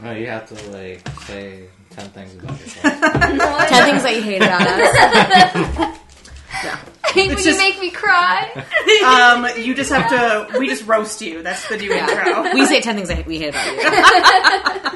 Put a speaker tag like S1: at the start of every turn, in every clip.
S1: No, you have to like say ten things about yourself.
S2: Ten things that you hate about us.
S3: I hate when
S4: It's
S3: you
S4: just-
S3: make me cry.
S4: Um, you just have to. We just roast you. That's the new intro.
S2: We say ten things that we hate about you.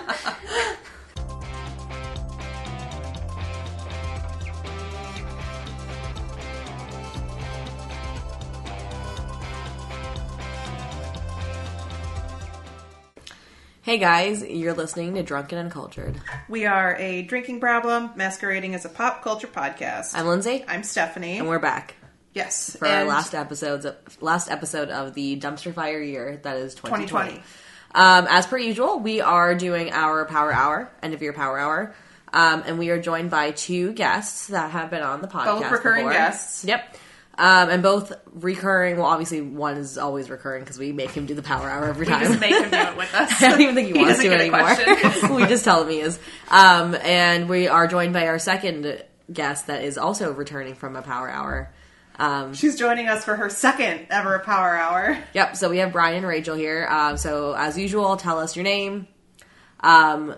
S2: Hey guys, you're listening to Drunken and Cultured.
S4: We are a drinking problem masquerading as a pop culture podcast.
S2: I'm Lindsay,
S4: I'm Stephanie.
S2: and we're back
S4: yes,
S2: for our
S4: and
S2: last episodes, last episode of the dumpster fire year that is 2020.
S4: 2020.
S2: Um, as per usual, we are doing our power hour, end of year power hour, um, and we are joined by two guests that have been on the podcast.
S4: recurring
S2: before.
S4: guests.
S2: Yep. Um, and both recurring. Well, obviously, one is always recurring because we make him do the power hour every time.
S4: Just make him do it with us.
S2: I don't even think he,
S4: He
S2: wants
S4: doesn't
S2: to
S4: get a question.
S2: anymore. we just tell him he is. Um, and we are joined by our second guest that is also returning from a power hour. Um,
S4: She's joining us for her second ever Power Hour.
S2: Yep. So we have Brian and Rachel here. Um, so as usual, tell us your name. Um,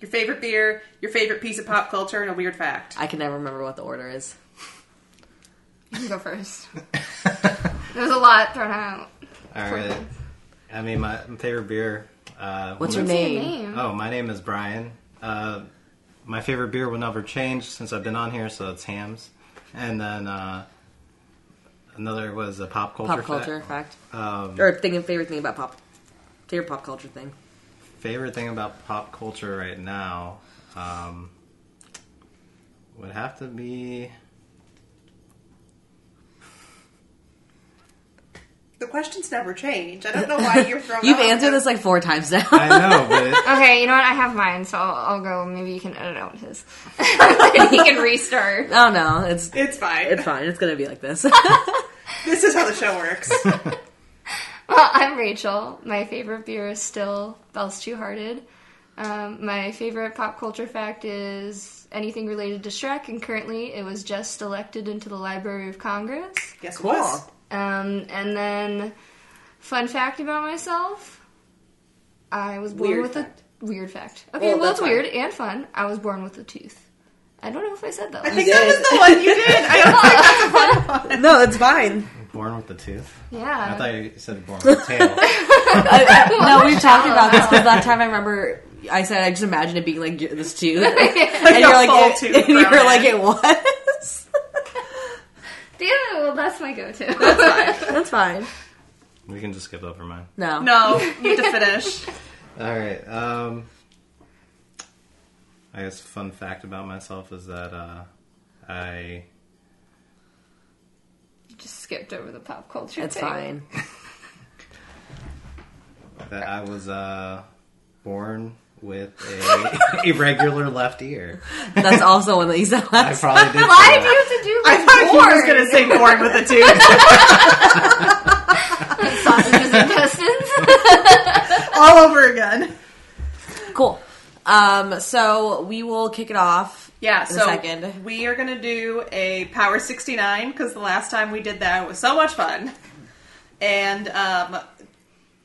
S4: Your favorite beer, your favorite piece of pop culture, and a weird fact.
S2: I can never remember what the order is.
S3: You can go first. There's a lot thrown out.
S1: All right. I mean, my favorite beer. Uh,
S2: What's
S1: will
S2: your
S1: never-
S3: What's your
S2: Name.
S3: name?
S1: Oh, my name is Brian. Uh, my favorite beer will never change since I've been on here, so it's Hams. And then uh, another was a pop culture.
S2: Pop
S1: fact.
S2: culture fact,
S1: Um,
S2: or thing favorite thing about pop, favorite pop culture thing.
S1: favorite thing about pop culture right now um, would have to be.
S4: The questions never change. I don't know why you're throwing.
S2: You've
S4: out.
S2: answered this like four times now.
S1: I know, but it,
S3: Okay, you know what? I have mine, so I'll, I'll go. Maybe you can edit out his. he can restart.
S2: oh no, it's
S4: It's fine.
S2: it's fine. It's gonna be like this.
S4: This is how the show works.
S3: Well, I'm Rachel. My favorite beer is still Bell's Two Hearted. Um, my favorite pop culture fact is anything related to Shrek, and currently it was just elected into the Library of Congress.
S4: Yes,
S2: Cool.
S4: it was.
S3: Um, and then, fun fact about myself: I was born
S4: Weird
S3: with
S4: fact.
S3: a weird fact. Okay, well,
S2: that's
S3: it's
S2: fine.
S3: weird and fun. I was born with a tooth. I don't know if I said that.
S4: I
S3: last
S4: think that was the one you did. I don't think that's a fun one.
S2: no, it's fine.
S1: born with the tooth. I
S3: Yeah.
S1: thought you said born with the tail.
S2: no, we've talked about this because that time I remember I said I just imagined it being like this too, and
S4: Like
S2: you're
S4: a
S2: like,
S4: full
S2: it-
S4: tooth
S2: and
S4: grown
S2: you're like
S4: in.
S2: it was.
S3: Damn it, well, that's my go-to. That's fine.
S2: That's fine.
S1: we can just skip over mine.
S2: No,
S4: No, you have to finish.
S1: All right. Um, I guess fun fact about myself is that uh, I
S3: Just skipped over the pop culture
S2: it's
S3: thing.
S2: fine.
S1: that I was uh, born with a irregular left ear.
S2: That's also one that you said
S1: I
S2: last.
S1: probably did. say
S3: Why do you
S1: that.
S3: have to do
S4: I
S3: this?
S4: thought he was going to say born with a tooth.
S3: sausages and intestines?
S4: All over again.
S2: Cool. Um, so we will kick it off.
S4: Yeah,
S2: in
S4: so
S2: a second.
S4: we are going to do a Power 69 because the last time we did that it was so much fun. And um,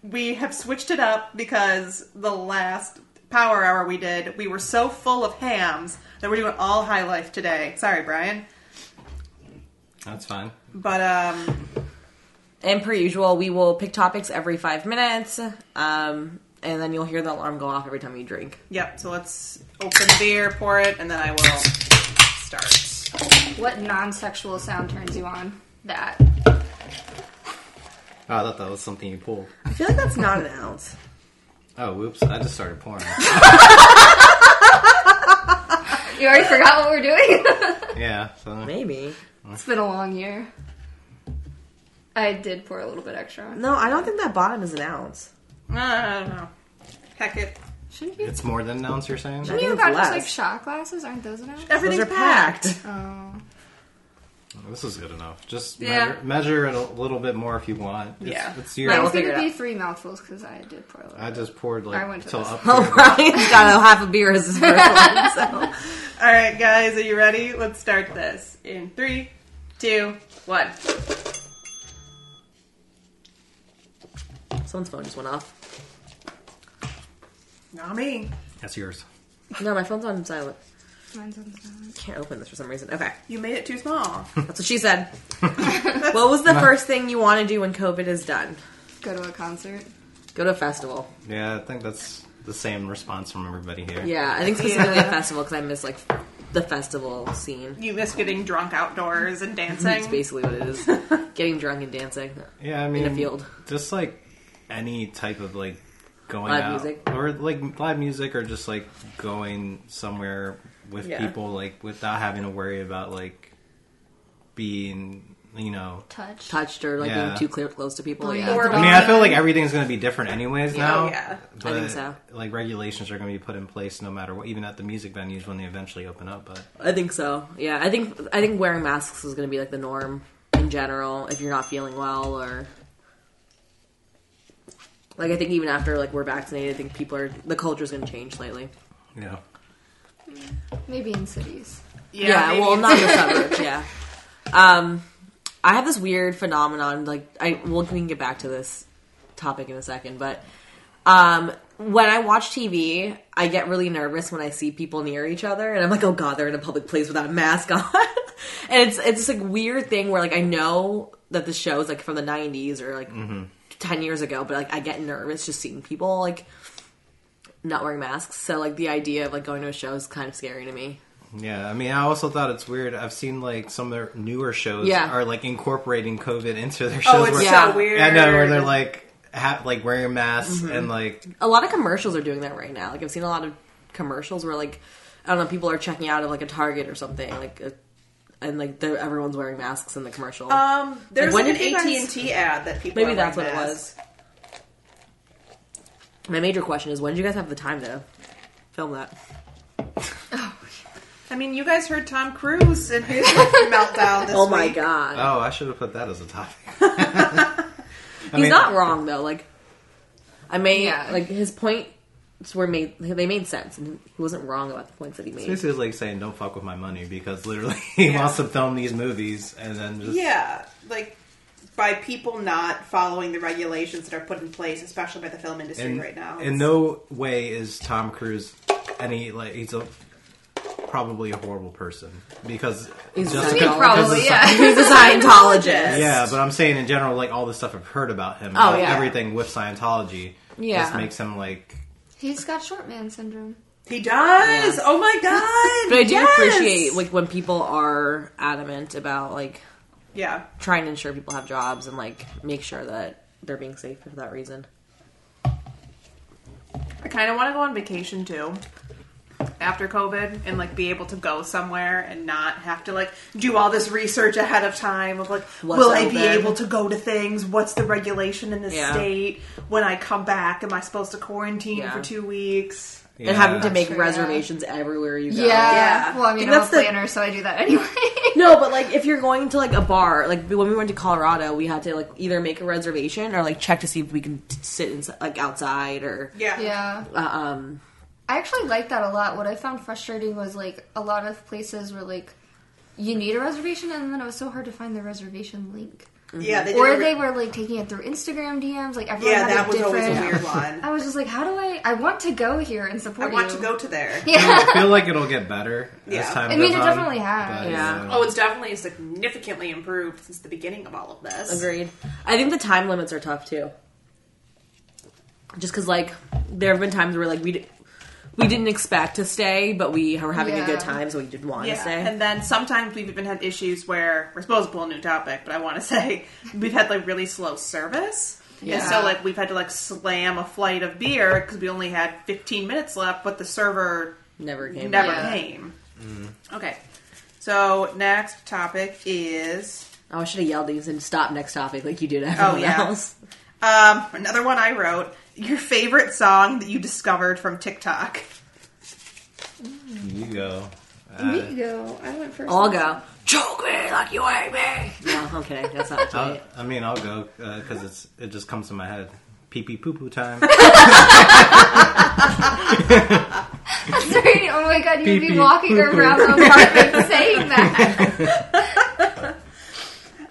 S4: we have switched it up because the last Power Hour we did, we were so full of hams that we're doing all high life today. Sorry, Brian.
S1: That's fine. Oh,
S4: But um,
S2: And per usual, we will pick topics every five minutes. Um, and then you'll hear the alarm go off every time you drink.
S4: yep, so let's open the beer, pour it, and then I will start.
S3: What non-sexual sound turns you on? That.
S1: Oh, I thought that was something you pulled.
S2: I feel like that's not an ounce.
S1: Oh, whoops! I just started pouring.
S3: You already forgot what we're doing?
S1: yeah. So
S2: Maybe.
S3: it's been a long year. I did pour a little bit extra on.
S2: No, I don't think that bottom is an ounce.
S4: Uh, I don't know. Heck it.
S3: Shouldn't you?
S1: it's more than an ounce. You're saying?
S2: I
S3: Shouldn't you
S2: think
S3: have got
S2: it's
S3: just
S2: less.
S3: like shot glasses? Aren't those enough?
S2: Those
S4: Everything's
S2: are packed.
S3: Oh.
S1: This is good enough. Just
S4: Yeah.
S1: measure, measure it a little bit more if you want. It's,
S4: Yeah.
S1: It's your.
S2: Right,
S3: Mine's
S2: we'll figure it
S3: gonna be
S2: out.
S3: three mouthfuls because I did pour a little.
S1: I just poured like
S3: I went to
S1: till
S3: this.
S1: up.
S2: Oh,
S1: here.
S2: Brian's got a half a beer as his first one. So.
S4: All right, guys, are you ready? Let's start this in three, two, one.
S2: Someone's phone just went off.
S4: Not me.
S1: That's yours.
S2: No, my phone's on silent.
S3: Mine's on silent.
S2: Can't open this for some reason. Okay,
S4: You made it too small.
S2: that's what she said. what was the first thing you want to do when COVID is done?
S3: Go to a concert.
S2: Go to a festival.
S1: Yeah, I think that's the same response from everybody here.
S2: Yeah, I think specifically
S4: Yeah.
S2: a festival because I miss like the festival scene.
S4: you miss getting drunk outdoors and
S2: That's
S4: dancing.
S2: basically what it is. Getting drunk and dancing.
S1: Yeah, I mean,
S2: a field.
S1: just like any type of like going
S2: Live
S1: out
S2: music.
S1: or like live music, or just like going somewhere with
S2: Yeah.
S1: people, like without having to worry about like being, you know.
S3: Touch.
S2: Touched or like
S1: Yeah.
S2: being too clear, close to people.
S3: Breathe.
S2: Yeah.
S4: Or-
S1: I mean, I feel like everything's going to be different anyways now.
S4: Oh, yeah. I
S1: but,
S2: oh, think so.
S1: Like regulations are going to be put in place no matter what, even at the music venues when they eventually open up. But
S2: I think so. Yeah, I think I think wearing masks is going to be like the norm in general if you're not feeling well or like I think even after like we're vaccinated, I think people are the culture's going to change slightly.
S1: you know,
S3: Maybe in cities.
S2: Yeah,
S4: maybe.
S2: well, not in the suburbs. Yeah. Um, I have this weird phenomenon. Like, I we'll, we can get back to this topic in a second, but um, when I watch TV, I get really nervous when I see people near each other, and I'm like, oh god, they're in a public place without a mask on. and it's it's this like weird thing where like I know that the show is like from the '90s or like ten years ago, but like I get nervous just seeing people like not wearing masks. So like the idea of like going to a show is kind of scary to me.
S1: yeah. I mean, I also thought it's weird. I've seen like some of their newer shows
S2: Yeah.
S1: are like incorporating COVID into their shows.
S4: oh, it's
S1: where-
S2: Yeah.
S4: so weird. Mm-hmm.
S1: I know where they're like ha- like wearing masks and like
S2: a lot of commercials are doing that right now. Like I've seen a lot of commercials where like I don't know, people are checking out of like a Target or something, like uh, and like they're, everyone's wearing masks in the commercial.
S4: Um, there's
S2: When
S4: like an
S2: did you
S4: AT
S2: guys-
S4: and T ad that people
S2: Maybe
S4: are
S2: that's what
S4: wearing
S2: it was. My major question is, when did you guys have the time to film that?
S4: masks. I mean, you guys heard Tom Cruise and his meltdown. This
S2: Oh my
S4: week.
S2: god,
S1: oh, I should have put that as a topic.
S2: he's not wrong though. Like I made
S3: Yeah.
S2: like his points were made they made sense and he wasn't wrong about the points that he made.
S1: This is like saying don't fuck with my money because literally he wants to film these movies and then just
S4: Yeah, like by people not following the regulations that are put in place, especially by the film industry
S1: and,
S4: right now.
S1: in no way is Tom Cruise any like he's a probably a horrible person because
S2: He's
S1: just
S2: a
S1: because-
S2: Scientologist.
S1: because
S3: Probably,
S1: of-
S3: yeah.
S2: He's a Scientologist.
S1: Yeah, but I'm saying in general, like all the stuff I've heard about him,
S2: Oh,
S1: like,
S2: yeah.
S1: everything with Scientology,
S2: Yeah.
S1: just makes him like
S3: He's got short man syndrome.
S4: he does.
S2: Yeah.
S4: Oh my god!
S2: But I do
S4: Yes!
S2: appreciate like when people are adamant about like
S4: yeah,
S2: trying to ensure people have jobs and like make sure that they're being safe for that reason.
S4: I kind of want to go on vacation too after COVID and like be able to go somewhere and not have to like do all this research ahead of time of like,
S2: What's
S4: will I be
S2: open?
S4: able to go to things? What's the regulation in this
S2: Yeah.
S4: state? When I come back, am I supposed to quarantine
S2: Yeah.
S4: for two weeks?
S1: yeah,
S2: And having to make
S3: true, yeah.
S2: reservations everywhere you go.
S3: Yeah.
S4: Yeah.
S3: Well, I mean,
S2: Think
S3: I'm a
S2: that's the-
S3: planner, so I do that anyway.
S2: No, but like if you're going to like a bar, like when we went to Colorado, we had to like either make a reservation or like check to see if we can t- sit in, like outside or
S4: Yeah.
S3: yeah.
S2: uh, um
S3: I actually liked that a lot. What I found frustrating was like a lot of places were like, you need a reservation, and then it was so hard to find the reservation link.
S4: Yeah, they did
S3: Or
S4: a re-
S3: they were like taking it through Instagram DMs. Like everyone
S4: yeah,
S3: had
S4: that
S3: a
S4: was
S3: different.
S4: always a weird one.
S3: I was just like, how do I? I want to go here and
S4: I
S3: support.
S4: want
S3: you.
S4: to go to there.
S1: I feel like it'll get better as
S4: Yeah.
S1: time
S3: I mean,
S1: goes
S3: it
S1: on,
S3: definitely has.
S1: but,
S2: Yeah.
S1: you know.
S4: Oh, it's definitely significantly improved since the beginning of all of this.
S2: Agreed. I think the time limits are tough too. Just because, like, there have been times where, like, we d- we didn't expect to stay, but we were having a
S3: Yeah.
S2: good time, so we did want to
S4: Yeah,
S2: stay.
S4: and then sometimes we've even had issues where we're supposed to pull a new topic, but I want to say we've had like really slow service. And
S3: Yeah.
S4: so like we've had to like slam a flight of beer because we only had 15 minutes left, but the server
S2: Never came.
S4: never
S3: Yeah.
S4: came. Okay, so next topic is
S2: Oh, I should have yelled these and stopped next topic like you did everyone
S4: Oh, yeah.
S2: else.
S4: um, another one I wrote. Your favorite song that you discovered from TikTok.
S1: you go.
S3: We
S1: Uh,
S3: could go. I went first.
S2: I'll go. Choke me like you hate me. No, I'm kidding. That's not
S1: I'll,
S2: right.
S1: I mean, I'll go because it's it just comes to my head. Pee pee poo poo time.
S3: Sorry. Oh my god, you'd
S1: Pee-pee.
S3: be walking around the apartment saying that.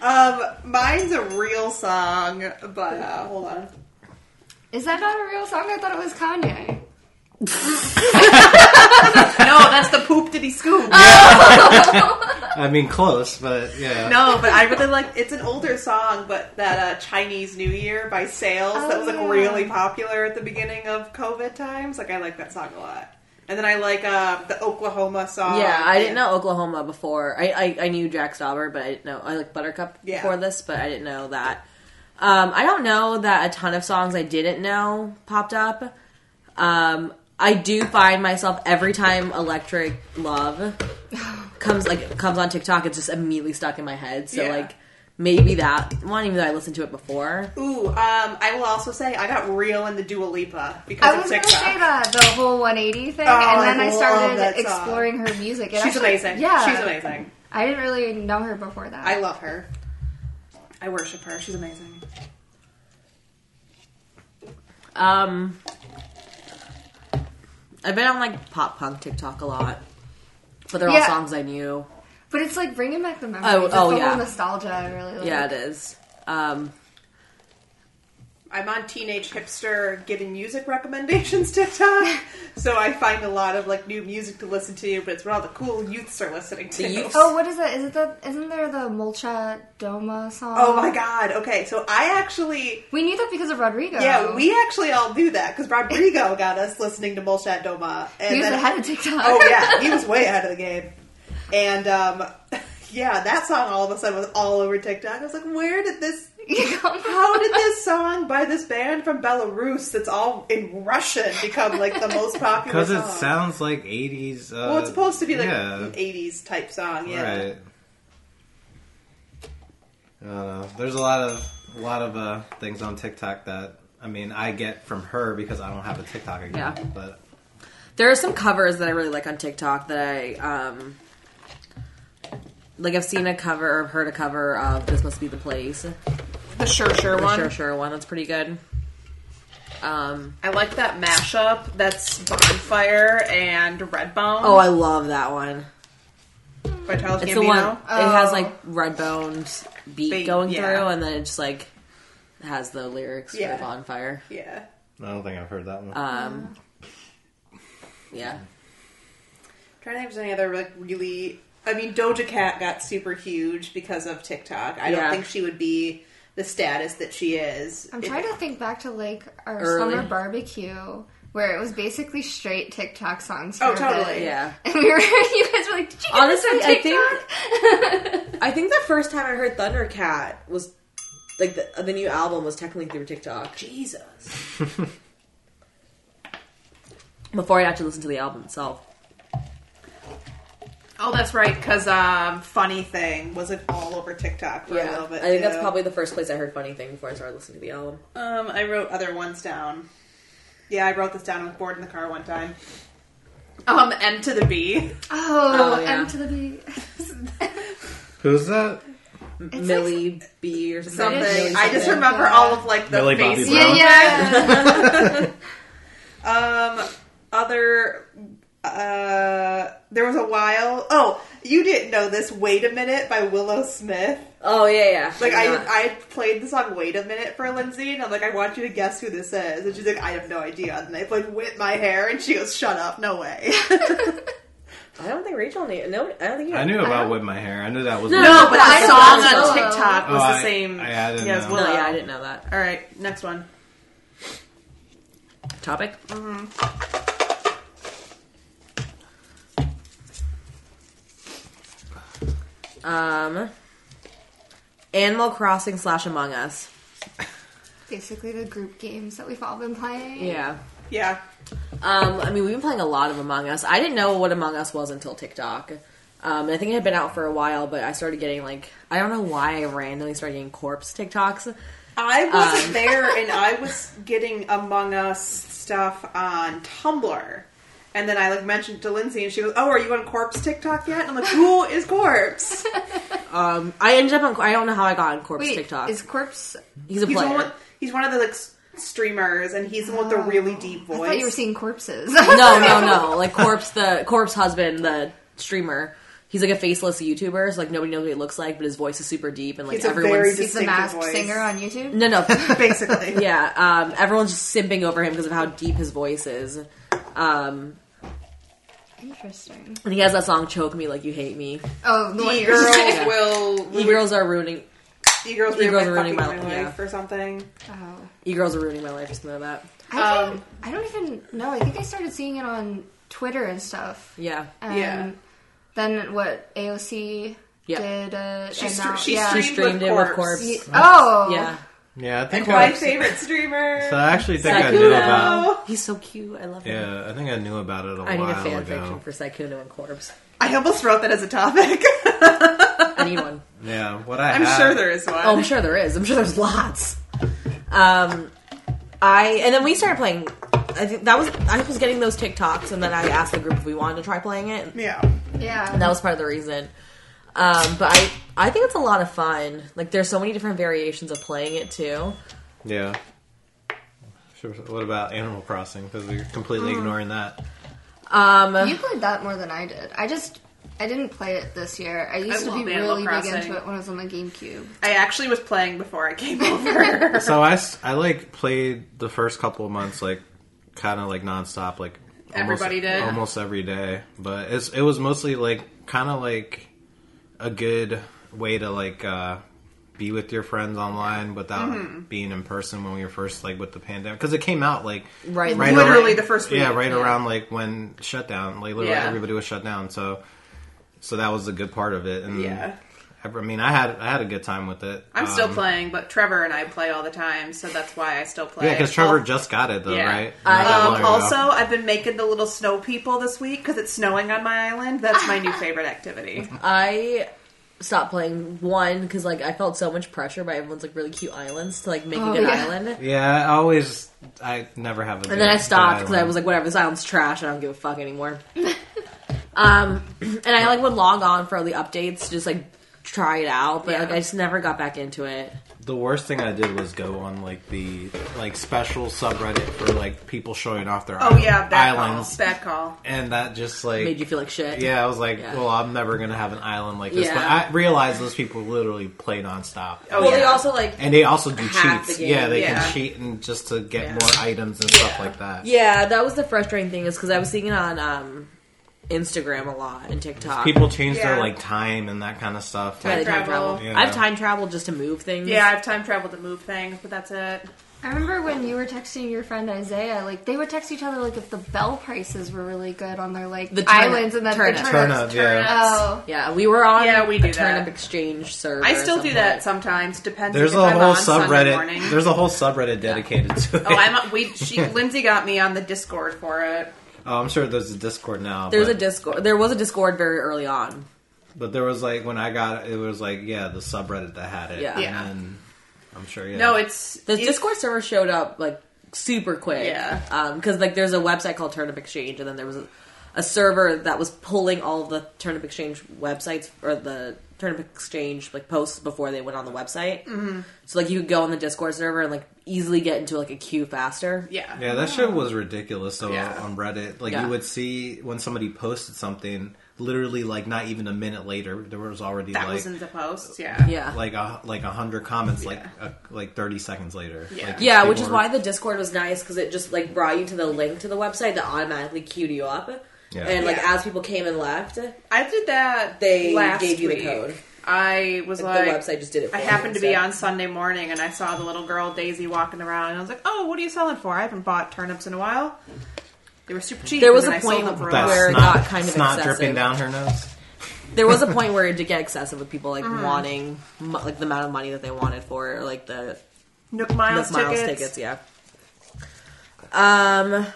S4: Um, mine's a real song, but uh, hold on.
S3: Is that not a real song? I thought it was Kanye.
S4: No, that's the poop diddy scoop.
S1: I mean, close, but yeah.
S4: No, but I really like. It's an older song, but that uh, Chinese New Year by Sales that was like
S3: Oh, yeah.
S4: really popular at the beginning of COVID times. Like I like that song a lot. And then I like uh, the Oklahoma song.
S2: Yeah, I didn't know Oklahoma before. I, I, I knew Jack Stauber, but I didn't know I like Buttercup
S4: Yeah.
S2: before this, but I didn't know that. Um, I don't know that a ton of songs I didn't know popped up. Um, I do find myself every time Electric Love comes like comes on TikTok, it's just immediately stuck in my head. So
S4: Yeah.
S2: like maybe that one, even though I listened to it before.
S4: Ooh, um, I will also say I got real into Dua Lipa because
S3: I
S4: of
S3: was gonna
S4: TikTok.
S3: say that the whole 180 thing, and
S4: Oh, I
S3: then I,
S4: love that
S3: started
S4: song.
S3: exploring her music. and
S4: She's
S3: actually-
S4: amazing.
S3: Yeah,
S4: she's amazing.
S3: I didn't really know her before that.
S4: I love her. I worship her. She's amazing.
S2: Um, I've been on like pop punk TikTok a lot, but they're all
S3: Yeah.
S2: songs I knew.
S3: but it's like bringing back the memories.
S2: Oh,
S3: it's
S2: oh,
S3: the
S2: yeah.
S3: whole nostalgia. I really like.
S2: Yeah, it is. Um,
S4: I'm on teenage hipster giving music recommendations TikTok, so I find a lot of like new music to listen to, but it's what all the cool youths are listening to.
S2: The youths?
S3: Oh, what is that? Is it the? Isn't there the Molcha Doma song?
S4: Oh my god. Okay, so I actually
S3: We knew that because of Rodrigo.
S4: yeah, we actually all do that because Rodrigo got us listening to Molchat Doma, and
S3: He was
S4: then-
S3: ahead of TikTok.
S4: oh yeah, he was way ahead of the game, and um, yeah, that song all of a sudden was all over TikTok. I was like, where did this? How did this song by this band from Belarus that's all in Russian become like the most popular?
S1: Because it
S4: song?
S1: sounds like 80s. Uh,
S4: Well, it's supposed to be like
S1: yeah,
S4: an 80s type song, yeah.
S1: Right. Uh, there's a lot of a lot of uh, things on TikTok that I mean I get from her because I don't have a TikTok account.
S2: Yeah.
S1: But
S2: there are some covers that I really like on TikTok that I um, like. I've seen a cover or heard a cover of "This Must Be the Place," the
S4: The Sure Sure one.
S2: Sure Sure one. That's pretty good. Um,
S4: I like that mashup that's Bonfire and Redbone
S2: oh, I love that one.
S4: by Charles
S2: It's the
S4: Gambino.
S2: one. It has
S3: Oh.
S2: like Redbone's beat
S4: Beat,
S2: going
S4: yeah.
S2: through, and then it just like has the lyrics
S4: Yeah.
S2: for Bonfire.
S4: Yeah.
S1: I don't think I've heard that one.
S2: Um, yeah.
S4: trying to think if there's any other like really I mean Doja Cat got super huge because of TikTok. I
S2: Yeah.
S4: don't think she would be the status that she is.
S3: I'm trying to think back to like our
S2: Early.
S3: summer barbecue where it was basically straight TikTok songs. For
S4: Oh,
S3: a
S4: totally.
S3: bit.
S2: Yeah.
S3: And we were, you guys were like, did you get
S2: Honestly,
S3: this on
S2: I think-
S3: TikTok?
S2: I think the first time I heard Thundercat was like the, the new album was technically through TikTok.
S4: Jesus.
S2: Before I actually listened to the album itself.
S4: Oh, that's right. Because um, funny thing was it all over TikTok for a
S2: Yeah,
S4: little bit.
S2: I think that's
S4: too.
S2: probably the first place I heard Funny Thing before I started listening to the album.
S4: Um, I wrote other ones down. Yeah, I wrote this down. I was bored in the car one time. Um, M to the B.
S3: oh,
S2: Oh, yeah.
S3: M to the B.
S1: Who's that?
S2: Millie B or something.
S4: Something.
S2: Millie
S4: I just
S2: something.
S4: remember all of like the
S1: Millie Bobby
S4: faces.
S1: Brown.
S3: yeah, yeah.
S4: Um, other. Uh, there was a while. Oh, you didn't know this. Wait a minute by Willow Smith.
S2: Oh yeah, yeah.
S4: Like I,
S2: Yeah.
S4: I played this on Wait a Minute for Lindsay, and I'm like, I want you to guess who this is, and she's like, I have no idea. And I played Whip My Hair, and she goes, Shut up, no way.
S2: I don't think Rachel knew. No, I don't think you.
S1: I knew about with my hair. I knew that was
S2: No,
S4: no, but
S2: I
S4: the
S2: thought
S4: song
S2: so.
S4: on TikTok was
S1: Oh,
S4: the
S1: I-
S4: same.
S1: I- I didn't
S4: yeah, it's
S1: know.
S2: No,
S4: Willow.
S2: yeah, I didn't know that
S4: All right, next one.
S2: topic. Mm-hmm. Um, Animal Crossing slash Among Us.
S3: Basically, the group games that we've all been playing.
S2: Yeah.
S4: Yeah,
S2: Um, I mean, we've been playing a lot of Among Us. I didn't know what Among Us was until TikTok. Um, and I think it had been out for a while, but I started getting like I don't know why I randomly started getting corpse TikToks.
S4: I wasn't there, and I was getting Among Us stuff on Tumblr. And then I like mentioned to Lindsay, and she goes, "Oh, are you on Corpse TikTok yet?" And I'm like, "Who is Corpse?"
S2: Um, I ended up on I don't know how I got on corpse
S3: Wait,
S2: TikTok.
S3: is Corpse?
S2: He's a
S4: He's
S2: player.
S4: one, he's one of the like s- streamers, and he's the one with the really deep
S3: I
S4: voice.
S3: thought you were seeing corpses.
S2: no, no, no. Like corpse the corpse husband the streamer. he's like a faceless YouTuber, so like nobody knows what he looks like, but his voice is super deep and like
S4: He's a
S2: everyone's
S4: very
S3: He's the
S4: distinctive
S3: masked
S4: voice.
S3: singer on YouTube.
S2: no no
S4: basically.
S2: yeah um, everyone's just simping over him because of how deep his voice is, um,
S3: Interesting.
S2: and he has that song "Choke Me Like You Hate Me."
S3: Oh, the one
S4: E
S3: you were saying.
S4: girls will.
S2: E girls are ruining
S4: E
S2: E-girls
S4: girls
S2: are
S4: ruining my,
S2: ruining
S4: fucking
S2: my-
S4: life
S2: yeah.
S4: or something.
S3: Oh.
S2: e girls are ruining my life or something like that.
S3: I,
S4: Um,
S3: think, I don't even know. I think I started seeing it on Twitter and stuff.
S2: Yeah,
S3: Um,
S4: Yeah.
S3: Then what AOC
S2: Yeah.
S3: did. Uh,
S4: She,
S3: and
S4: stre-
S3: now-
S4: she,
S3: yeah.
S4: streamed,
S2: She streamed
S4: with
S2: it with
S4: Corpse.
S2: Corpse.
S3: Ye- Oh.
S2: yeah.
S1: Yeah, I think
S4: My
S1: I,
S4: favorite streamer.
S1: so I actually think I knew
S2: Sakuna.
S1: about.
S2: He's so cute. I love him.
S1: Yeah, I think I knew about it a
S2: I need
S1: while
S2: a fan fiction
S1: ago.
S2: for Saikuno and Corpse.
S4: I almost wrote that as a topic.
S2: I need one.
S1: Yeah, what I
S4: I'm
S1: have,
S4: sure there is one.
S2: Oh, I'm sure there is. I'm sure there's lots. Um, I and then we started playing. I think that was I was getting those TikToks, and then I asked the group if we wanted to try playing it. And
S4: Yeah.
S3: Yeah.
S2: that was part of the reason. Um, but I I think it's a lot of fun. Like there's so many different variations of playing it too.
S1: Yeah. Sure. What about Animal Crossing? Because we're completely
S2: Mm.
S1: ignoring that.
S2: Um,
S3: You played that more than I did. I just I didn't play it this year. I used to be
S4: love Animal
S3: really big
S4: Crossing.
S3: into it when I was on the GameCube.
S4: I actually was playing before I came over.
S1: So I, s- I, like played the first couple of months like kind of like nonstop like almost-
S4: Everybody did.
S1: almost every day, but it's it was mostly like kind of like a good way to like uh, be with your friends online without
S4: Mm-hmm.
S1: being in person when we were first like with the pandemic because it came out like
S2: right.
S1: right
S4: Literally
S1: around-
S4: the first week.
S1: yeah right around like when shutdown like literally
S4: Yeah.
S1: everybody was shut down so so that was a good part of it and
S4: Yeah.
S1: I, I mean I had I had a good time with it
S4: I'm still
S1: Um,
S4: playing, but Trevor and I play all the time, so that's why I still play.
S1: yeah because Trevor
S4: Oh,
S1: just got it though
S4: yeah.
S1: right
S2: I-
S1: Not that long
S4: Um,
S1: ago.
S4: also, I've been making the little snow people this week because it's snowing on my island. That's my new favorite activity.
S2: I stopped playing one because like I felt so much pressure by everyone's like really cute islands to like make
S3: Oh,
S2: a good
S3: yeah.
S2: island.
S1: yeah I always I never have a
S2: And then I stopped because I was like, whatever, this island's trash. I don't give a fuck anymore. um, and I like would log on for the updates to just like try it out, but like I just never got back into it.
S1: the worst thing I did was go on like the like special subreddit for like people showing off their
S4: Oh yeah, bad
S1: islands
S4: call. Bad call.
S2: Mm-hmm.
S1: and that just like
S2: Made you feel like shit.
S1: Yeah, I was like,
S2: Yeah.
S1: well, I'm never gonna have an island like this.
S2: Yeah.
S1: But I realized those people literally play nonstop,
S4: Oh,
S2: Well,
S4: yeah.
S2: they also like
S1: and they also do
S2: Half the
S1: cheats.
S2: game,
S1: yeah, they
S4: yeah.
S1: can cheat and just to get
S4: Yeah.
S1: more items and stuff like that.
S2: yeah. That was the frustrating thing is because I was seeing it on um, Instagram a lot and TikTok.
S1: People change
S4: Yeah.
S1: their like time and that kind of stuff.
S2: Try to
S1: Like,
S2: time
S4: travel.
S2: travel.
S1: Yeah.
S2: I've time traveled just to move things.
S4: Yeah, I've time traveled to move things, but that's it.
S3: I remember when you were texting your friend Isaiah, like they would text each other like if the bell prices were really good on their like
S2: The turnip-
S3: islands and then
S2: turnip.
S3: the
S1: turn
S3: turnips.
S1: up,
S4: turn
S1: yeah.
S4: up.
S3: Oh,
S2: Yeah, we were on
S4: Yeah, we
S2: a
S4: do
S2: turnip
S4: that.
S2: exchange server.
S4: I
S2: at
S4: still
S2: some
S4: do that
S2: point.
S4: sometimes. Depends.
S1: There's
S4: if
S1: a
S4: I'm
S1: whole
S4: on Sunday morning.
S1: subreddit. There's a whole subreddit dedicated to it.
S4: Oh, I'm we. She Lindsay got me on the Discord for it.
S1: Oh, I'm sure there's a Discord now.
S2: There's a
S1: but,
S2: Discord. There was a Discord very early on.
S1: but there was like when I got it, it was like yeah, the subreddit that had it.
S2: Yeah.
S4: Yeah.
S1: And then, I'm sure. Yeah.
S4: No, it's
S2: The
S4: it's-
S2: Discord server showed up like super quick.
S4: Yeah.
S2: Because like there's a website called Turnip Exchange, and then there was a, a server that was pulling all the Turnip Exchange websites or the Turnip Exchange like posts before they went on the website. Mm-hmm. So like you could go on the Discord server and like easily get into like a queue faster.
S4: Yeah.
S1: Yeah, that shit was ridiculous though
S4: Yeah.
S1: on Reddit. Like
S2: Yeah.
S1: you would see when somebody posted something, literally like not even a minute later, there was already like
S4: Thousands of posts. Yeah.
S2: Yeah.
S1: like a like a hundred comments like a, like thirty seconds later.
S4: Yeah.
S1: Like,
S2: Yeah,
S1: people
S2: which is
S1: were-
S2: why the Discord was nice because it just like brought you to the link to the website that automatically queued you up,
S1: Yeah.
S2: and like
S4: Yeah.
S2: as people came and left,
S4: I did that.
S2: They
S4: last
S2: gave you the
S4: week.
S2: code.
S4: I was
S2: like,
S4: like,
S2: the website just did it. For
S4: I
S2: you
S4: happened to be
S2: instead.
S4: on Sunday morning and I saw the little girl Daisy walking around and I was like, "Oh, what are you selling for? I haven't bought turnips in a while. They were super cheap."
S2: There was
S4: and
S2: a
S4: then I
S2: point
S4: sold them for a
S1: that
S4: lot.
S2: where it
S1: snot,
S2: got kind of
S1: snot
S2: excessive.
S1: dripping down her nose.
S2: there was a point where it did get excessive with people like
S3: Mm-hmm.
S2: wanting mo- like the amount of money that they wanted for it, or like the
S4: Nook
S2: the
S4: Miles,
S2: miles
S4: tickets.
S2: tickets. Yeah. Um,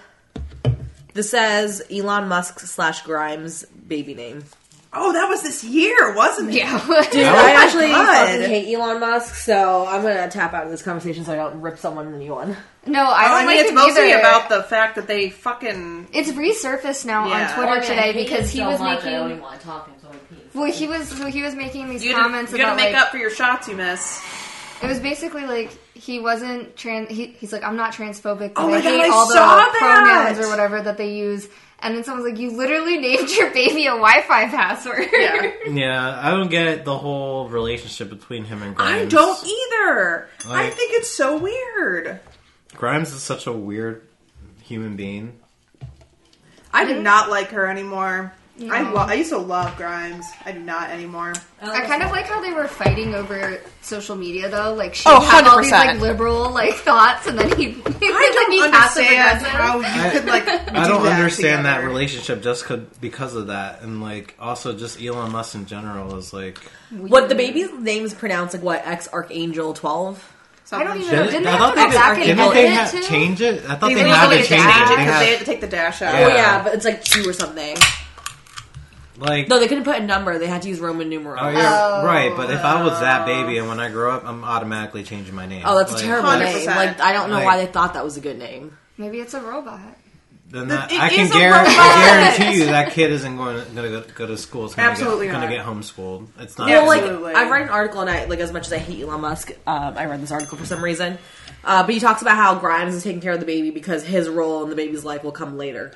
S2: this says Elon Musk slash Grimes baby name.
S4: Oh, that was this year, wasn't it?
S3: yeah.
S2: Dude,
S1: Oh
S2: I
S1: my
S2: actually
S4: God.
S2: fucking hate Elon Musk, so I'm gonna tap out of this conversation so I don't rip someone a new one.
S3: no, I
S4: Oh,
S3: don't
S4: I mean,
S3: like
S4: it's
S3: him
S4: mostly
S3: either.
S4: about the fact that they fucking
S3: It's resurfaced now
S4: Yeah.
S3: on Twitter
S5: Okay, I
S3: today
S5: hate
S3: because
S5: him
S3: he
S5: so
S3: was
S5: much, I
S3: making.
S5: don't even want to talk to him, so I'm peeing.
S3: Well, he was he was making these
S4: you
S3: comments
S4: didn't, you
S3: about
S4: didn't make
S3: like,
S4: up for your shots you miss.
S3: It was basically like he wasn't trans. He, he's like, I'm not transphobic. But
S4: Oh my
S3: I
S4: God,
S3: hate
S4: I
S3: all the
S4: saw that!
S3: pronouns or whatever that they use. And then someone's like, you literally named your baby a Wi-Fi password.
S4: Yeah.
S1: Yeah, I don't get the whole relationship between him and Grimes.
S4: I don't e- either. I
S1: Like-
S4: think it's so weird.
S1: Grimes is such a weird human being.
S4: I do not like her anymore. I lo- I used to love Grimes. I do not anymore.
S5: Oh,
S3: I kind of like how they were fighting over social media though. Like she
S5: Oh,
S3: had all these like
S5: 100%ent.
S3: liberal like thoughts, and then he I
S4: I don't understand how you
S1: I-
S4: could like.
S1: I
S4: do
S1: don't
S4: that
S1: understand that
S4: together.
S1: relationship just 'cause- because of that, and like also just Elon Musk in general is like
S2: What the baby's name is pronounced like what ex Archangel twelve?
S3: I don't even
S1: Did
S3: know.
S1: it-
S3: Didn't
S1: I thought
S3: they have to go
S1: they,
S3: back
S1: did,
S3: and
S1: not
S3: edit
S1: they
S3: it
S1: ha-
S3: too?
S1: change it? I thought they,
S4: They
S1: had to
S4: literally
S1: change
S4: had to
S1: it. They
S4: because
S1: had-
S4: they had to take the dash out.
S1: Yeah.
S2: Oh yeah, but it's like two or something.
S1: like
S2: No, they couldn't put a number. They had to use Roman numerals.
S1: oh, yeah,
S3: Oh.
S1: right. But if I was that baby and when I grow up, I'm automatically changing my name.
S2: Oh, that's
S1: Like,
S2: a terrible name.
S4: 100%.
S2: Like I don't know
S1: Like-
S2: why they thought that was a good name.
S3: Maybe it's a robot.
S1: Then that,
S4: It
S1: I can
S4: is a
S1: guarantee, I
S4: robot.
S1: guarantee you that kid isn't going to gonna go, go to school. It's gonna
S4: Absolutely
S1: get, gonna
S4: not.
S1: get homeschooled. It's not.
S2: Well, like
S4: Absolutely.
S2: I read an article, and I like as much as I hate Elon Musk, um, I read this article for some reason. Uh, but he talks about how Grimes is taking care of the baby because his role in the baby's life will come later.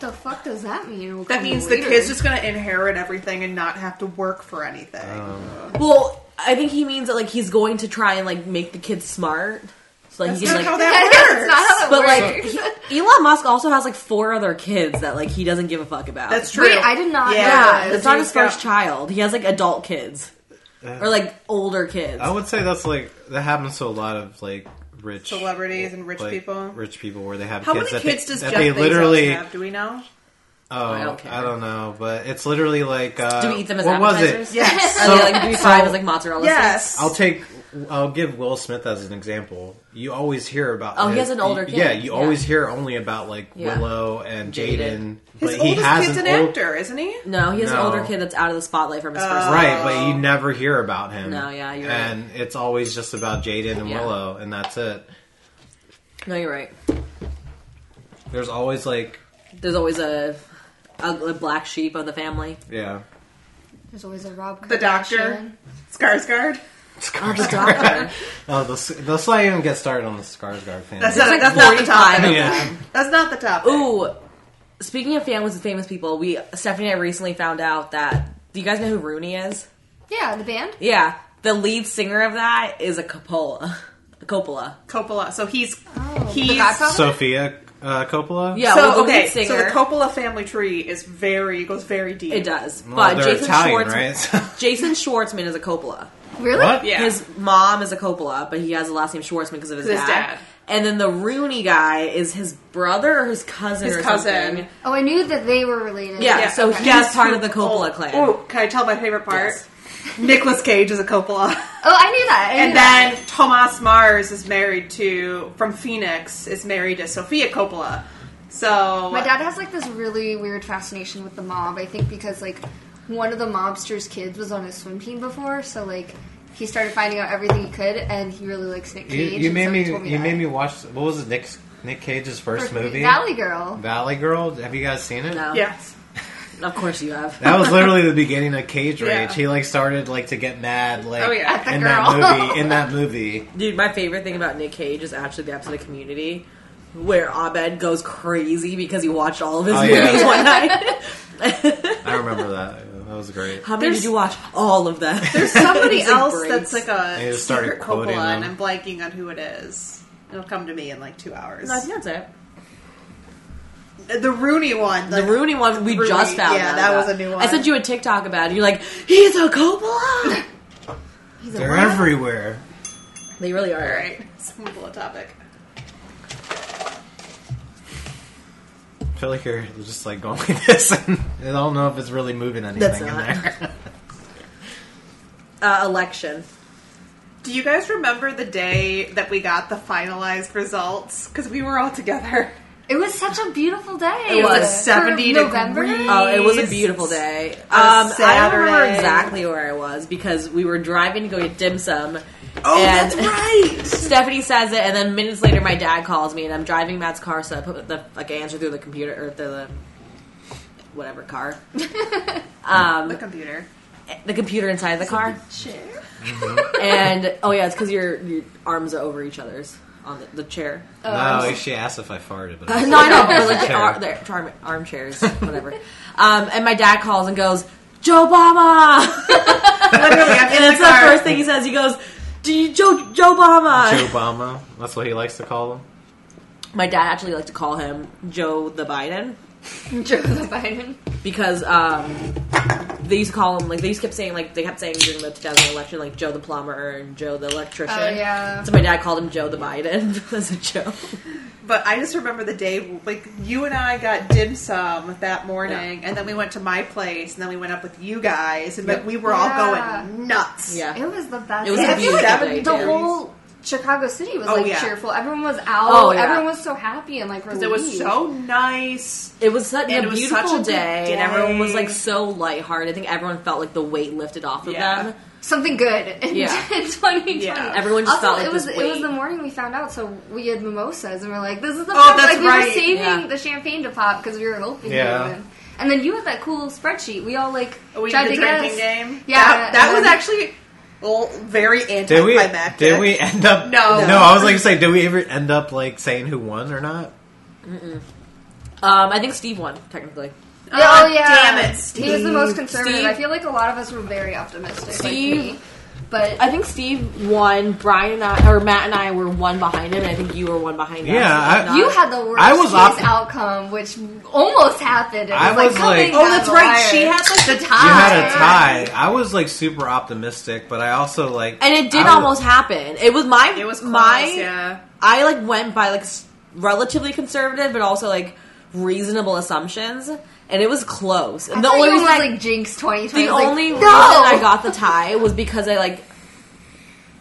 S3: The fuck does that mean? We'll
S4: That
S3: come
S4: means the
S3: later.
S4: kid's just going to inherit everything and not have to work for anything.
S1: Oh.
S2: Well, I think he means that like he's going to try and like make the kids smart, so like
S4: That's
S2: he can
S4: not
S2: like.
S4: how
S3: That's not
S4: that works.
S3: how that
S2: but like
S3: works.
S2: he- Elon Musk also has like four other kids that like he doesn't give a fuck about.
S4: That's true.
S3: Wait, I did not know
S2: yeah,
S3: that.
S2: it's not
S4: He's
S2: his first
S4: got-
S2: child. He has like adult kids or like older kids.
S1: I would say that's like that happens to a lot of like rich
S4: Celebrities and rich
S1: like,
S4: people.
S1: Rich people where they have
S4: How
S1: kids
S4: many
S1: that
S4: kids
S1: they,
S4: does
S1: that
S4: Jeff
S1: they
S4: Bezos
S1: literally.
S4: have? Do we know?
S1: Oh, I
S2: don't
S1: don't,
S2: care.
S1: know, but it's literally like. Uh,
S2: do we eat them as
S1: what
S2: appetizers?
S1: was it?
S4: Yes.
S2: Are they,
S1: So-
S2: like do we fry them
S1: so-
S2: as like mozzarella? sticks?
S4: Yes.
S1: I'll take. I'll give Will Smith as an example. You always hear about.
S2: Oh, he
S1: his-
S2: has an older
S1: Yeah,
S2: kid.
S1: you
S2: Yeah.
S1: always hear only about like
S2: Yeah.
S1: Willow and Jaden,
S2: Jaden.
S1: but
S4: His
S1: he
S4: oldest
S1: has
S4: kid's an,
S1: old,
S4: actor, isn't he?
S2: No, he has
S1: No.
S2: an older kid that's out of the spotlight from his
S4: Uh.
S2: first.
S1: Right, but you never hear about him.
S2: Um, No, yeah, you're right.
S1: and it's always just about Jaden and
S2: Yeah.
S1: Willow, and that's it.
S2: No, you're right.
S1: There's always like,
S2: There's always a, a, a black sheep of the family.
S1: yeah,
S2: Oh,
S3: There's always a Rob.
S4: The doctor.
S3: Kardashian.
S4: Skarsgård.
S2: Oh, the doctor.
S1: oh, let's, let's not even get started on the Skarsgård fan.
S4: That's
S2: There's
S4: not,
S2: like
S4: that's not the
S2: 45
S4: topic.
S2: of
S1: yeah,
S4: That's not the topic.
S2: Ooh, speaking of families and famous people, we Stephanie and I recently found out that do you guys know who Rooney is?
S3: Yeah, the band.
S2: Yeah, the lead singer of that is a Coppola. A Coppola.
S4: Coppola. So he's
S3: Oh,
S4: he's
S3: the Godfather.
S1: Sophia uh, Coppola.
S2: Yeah, well,
S4: so
S2: the
S4: okay.
S2: lead singer.
S4: So the Coppola family tree is very goes very deep.
S2: it does,
S1: Well,
S2: but
S1: they're
S2: Jason
S1: Italian,
S2: Schwartzman.
S1: right?
S2: Jason Schwartzman is a Coppola.
S3: Really?
S1: what?
S4: Yeah.
S2: His mom is a Coppola, but he has the last name Schwartzman because of his,
S4: His
S2: dad.
S4: dad.
S2: And then the Rooney guy is his brother or his cousin
S4: His
S2: or
S4: cousin.
S2: something.
S3: Oh, I knew that they were related. oh,
S2: Yeah,
S4: Yeah,
S2: so
S4: okay.
S2: he's
S4: Guess
S2: part
S4: who-
S2: of the Coppola
S4: oh,
S2: clan.
S4: Oh, can I tell my favorite part? Nicholas Cage is a Coppola.
S3: Oh, I knew that. I knew
S4: And
S3: that.
S4: then Tomas Mars is married to from Phoenix is married to Sophia Coppola. So
S3: My dad has like this really weird fascination with the mob. I think because like one of the mobster's kids was on his swim team before, so like he started finding out everything he could, and he really likes Nick
S1: You,
S3: Cage.
S1: you
S3: and
S1: made
S3: so
S1: me.
S3: he told
S1: you
S3: that.
S1: made me watch. What was it? Nick Nick Cage's first, movie,
S3: Valley Girl.
S1: Valley Girl. Have you guys seen it?
S2: No.
S4: yes.
S2: Of course you have.
S1: That was literally the beginning of Cage Rage.
S4: Yeah.
S1: He like started like to get mad like
S4: Oh, yeah. At
S3: the
S1: in
S3: girl.
S1: that movie. In that movie,
S2: Dude, my favorite thing about Nick Cage is actually the episode of Community where Abed goes crazy because he watched all of his
S1: Oh, yeah.
S2: movies one night.
S1: I remember that. That was great.
S2: How many did you watch? All of them.
S4: There's somebody
S2: He's like,
S4: else
S2: "Brains."
S4: that's like
S1: They
S4: a
S1: just started
S4: secret
S1: quoting
S4: Coppola, and I'm
S1: them.
S4: blanking on who it is. It'll come to me in like two hours.
S2: No, I think that's it.
S4: The Rooney one.
S2: The Rooney one we
S4: Rooney,
S2: just found.
S4: yeah,
S2: out
S4: that
S2: about.
S4: was a new
S2: I
S4: one.
S2: sent you a TikTok about it. You're like, he's a Coppola.
S3: He's a
S1: They're
S3: what?
S1: everywhere.
S2: they really are.
S4: All right, let's move on to topic.
S1: I feel like you're just like going like this, and I don't know if it's really moving anything
S2: That's
S1: in
S2: not.
S1: there.
S2: Uh, election.
S4: Do you guys remember the day that we got the finalized results? Because we were all together.
S3: It was such a beautiful day.
S2: It was
S3: For
S4: 70
S3: November.
S4: degrees.
S2: Oh, it was a beautiful day. Um, I don't remember
S4: Saturday.
S2: exactly where I was because we were driving to go get dim sum.
S4: Oh,
S2: and
S4: that's right.
S2: Stephanie says it, and then minutes later, my dad calls me, and I'm driving Matt's car, so I put the like I answer through the computer or through the whatever car.
S4: the computer.
S2: the computer inside the car.
S3: Chair.
S2: and oh yeah, it's because your your arms are over each other's on the, the chair.
S3: Oh,
S2: Um,
S3: I'm
S1: no,
S3: so-
S1: she asked if I farted, but
S2: no, I
S1: I
S2: know, but like the,
S1: Chair.
S2: ar- the arm, armchairs, whatever. um, and my dad calls and goes, "Joe Obama,"
S4: Literally, I'm
S2: and
S4: in
S2: that's
S4: the
S2: the
S4: car.
S2: first thing he says. He goes, "Do you Joe Joe Obama?"
S1: Joe Obama. That's what he likes to call him.
S2: My dad actually liked to call him Joe the Biden
S3: Joe Biden.
S2: because um, they used to call him like they used to kept saying like they kept saying during the 2000 election like Joe the plumber and Joe the electrician.
S3: Oh yeah.
S2: So my dad called him Joe the Biden as a joke.
S4: But I just remember the day, like, you and I got dim sum that morning, and then we went to my place, and then we went up with you guys, and like, we were
S3: Yeah.
S4: all going nuts.
S2: Yeah.
S3: It was the best.
S2: It was
S4: a
S3: I feel
S4: beautiful
S3: like
S4: day,
S3: The
S4: too.
S3: whole Chicago City was
S4: Oh,
S3: like
S4: yeah.
S3: cheerful. Everyone was out.
S2: Oh, yeah.
S3: Everyone was so happy and like relieved.
S4: It was so nice.
S2: It was such
S4: And
S2: a
S4: it was
S2: beautiful
S4: such a good
S2: day,
S4: day.
S2: and everyone was like so lighthearted. I think everyone felt like the weight lifted off of
S4: Yeah.
S2: them.
S3: something good in,
S2: Yeah.
S3: 2020.
S4: Yeah.
S2: Everyone just
S3: also,
S2: felt like
S3: it was
S2: this
S3: it was
S2: weight.
S3: the morning we found out, so we had mimosas and we're like, "This is the
S4: Oh,
S3: first-
S4: that's
S3: like we
S4: right.
S3: were saving
S2: Yeah.
S3: the champagne to pop because we were hoping." you
S1: Yeah.
S3: would win. And then you had that cool spreadsheet. We all like
S4: Oh, We
S3: tried
S4: did
S3: to
S4: the drinking
S3: guess.
S4: game.
S3: Yeah,
S4: that, that
S3: and
S4: was
S3: then-
S4: actually well, very
S1: Did we?
S4: anticlimactic.
S1: Did we end up?
S4: No.
S1: no. I was like, say, did we ever end up like saying who won or not?
S2: Um, I think Steve won technically.
S3: Yeah,
S4: Oh,
S3: oh yeah,
S4: damn it,
S3: He was the most
S2: Steve.
S3: conservative.
S2: Steve.
S3: I feel like a lot of us were very optimistic,
S2: Steve.
S3: like me. But
S2: I think Steve won. Brian and I, or Matt and I, were one behind him. And I think you were one behind. us.
S1: Yeah, I-
S2: Not-
S3: You had the worst
S1: I was
S3: case
S1: op-
S3: outcome, which almost happened. It was
S1: I
S3: like,
S1: was
S3: coming
S1: like-
S4: Oh,
S3: down
S4: that's
S3: the
S4: right.
S3: wire.
S4: She had, like,
S3: the tie.
S1: You had a tie. I was like super optimistic, but I also like,
S2: and it did
S1: I was-
S2: almost happen. It was my.
S4: It was close,
S2: my.
S4: yeah.
S2: I like went by like s- relatively conservative, but also like reasonable assumptions, and it was close. And
S3: The only reason,
S2: I-
S3: like, Jinx twenty twenty.
S2: The only
S3: like,
S2: reason I got the tie was because I like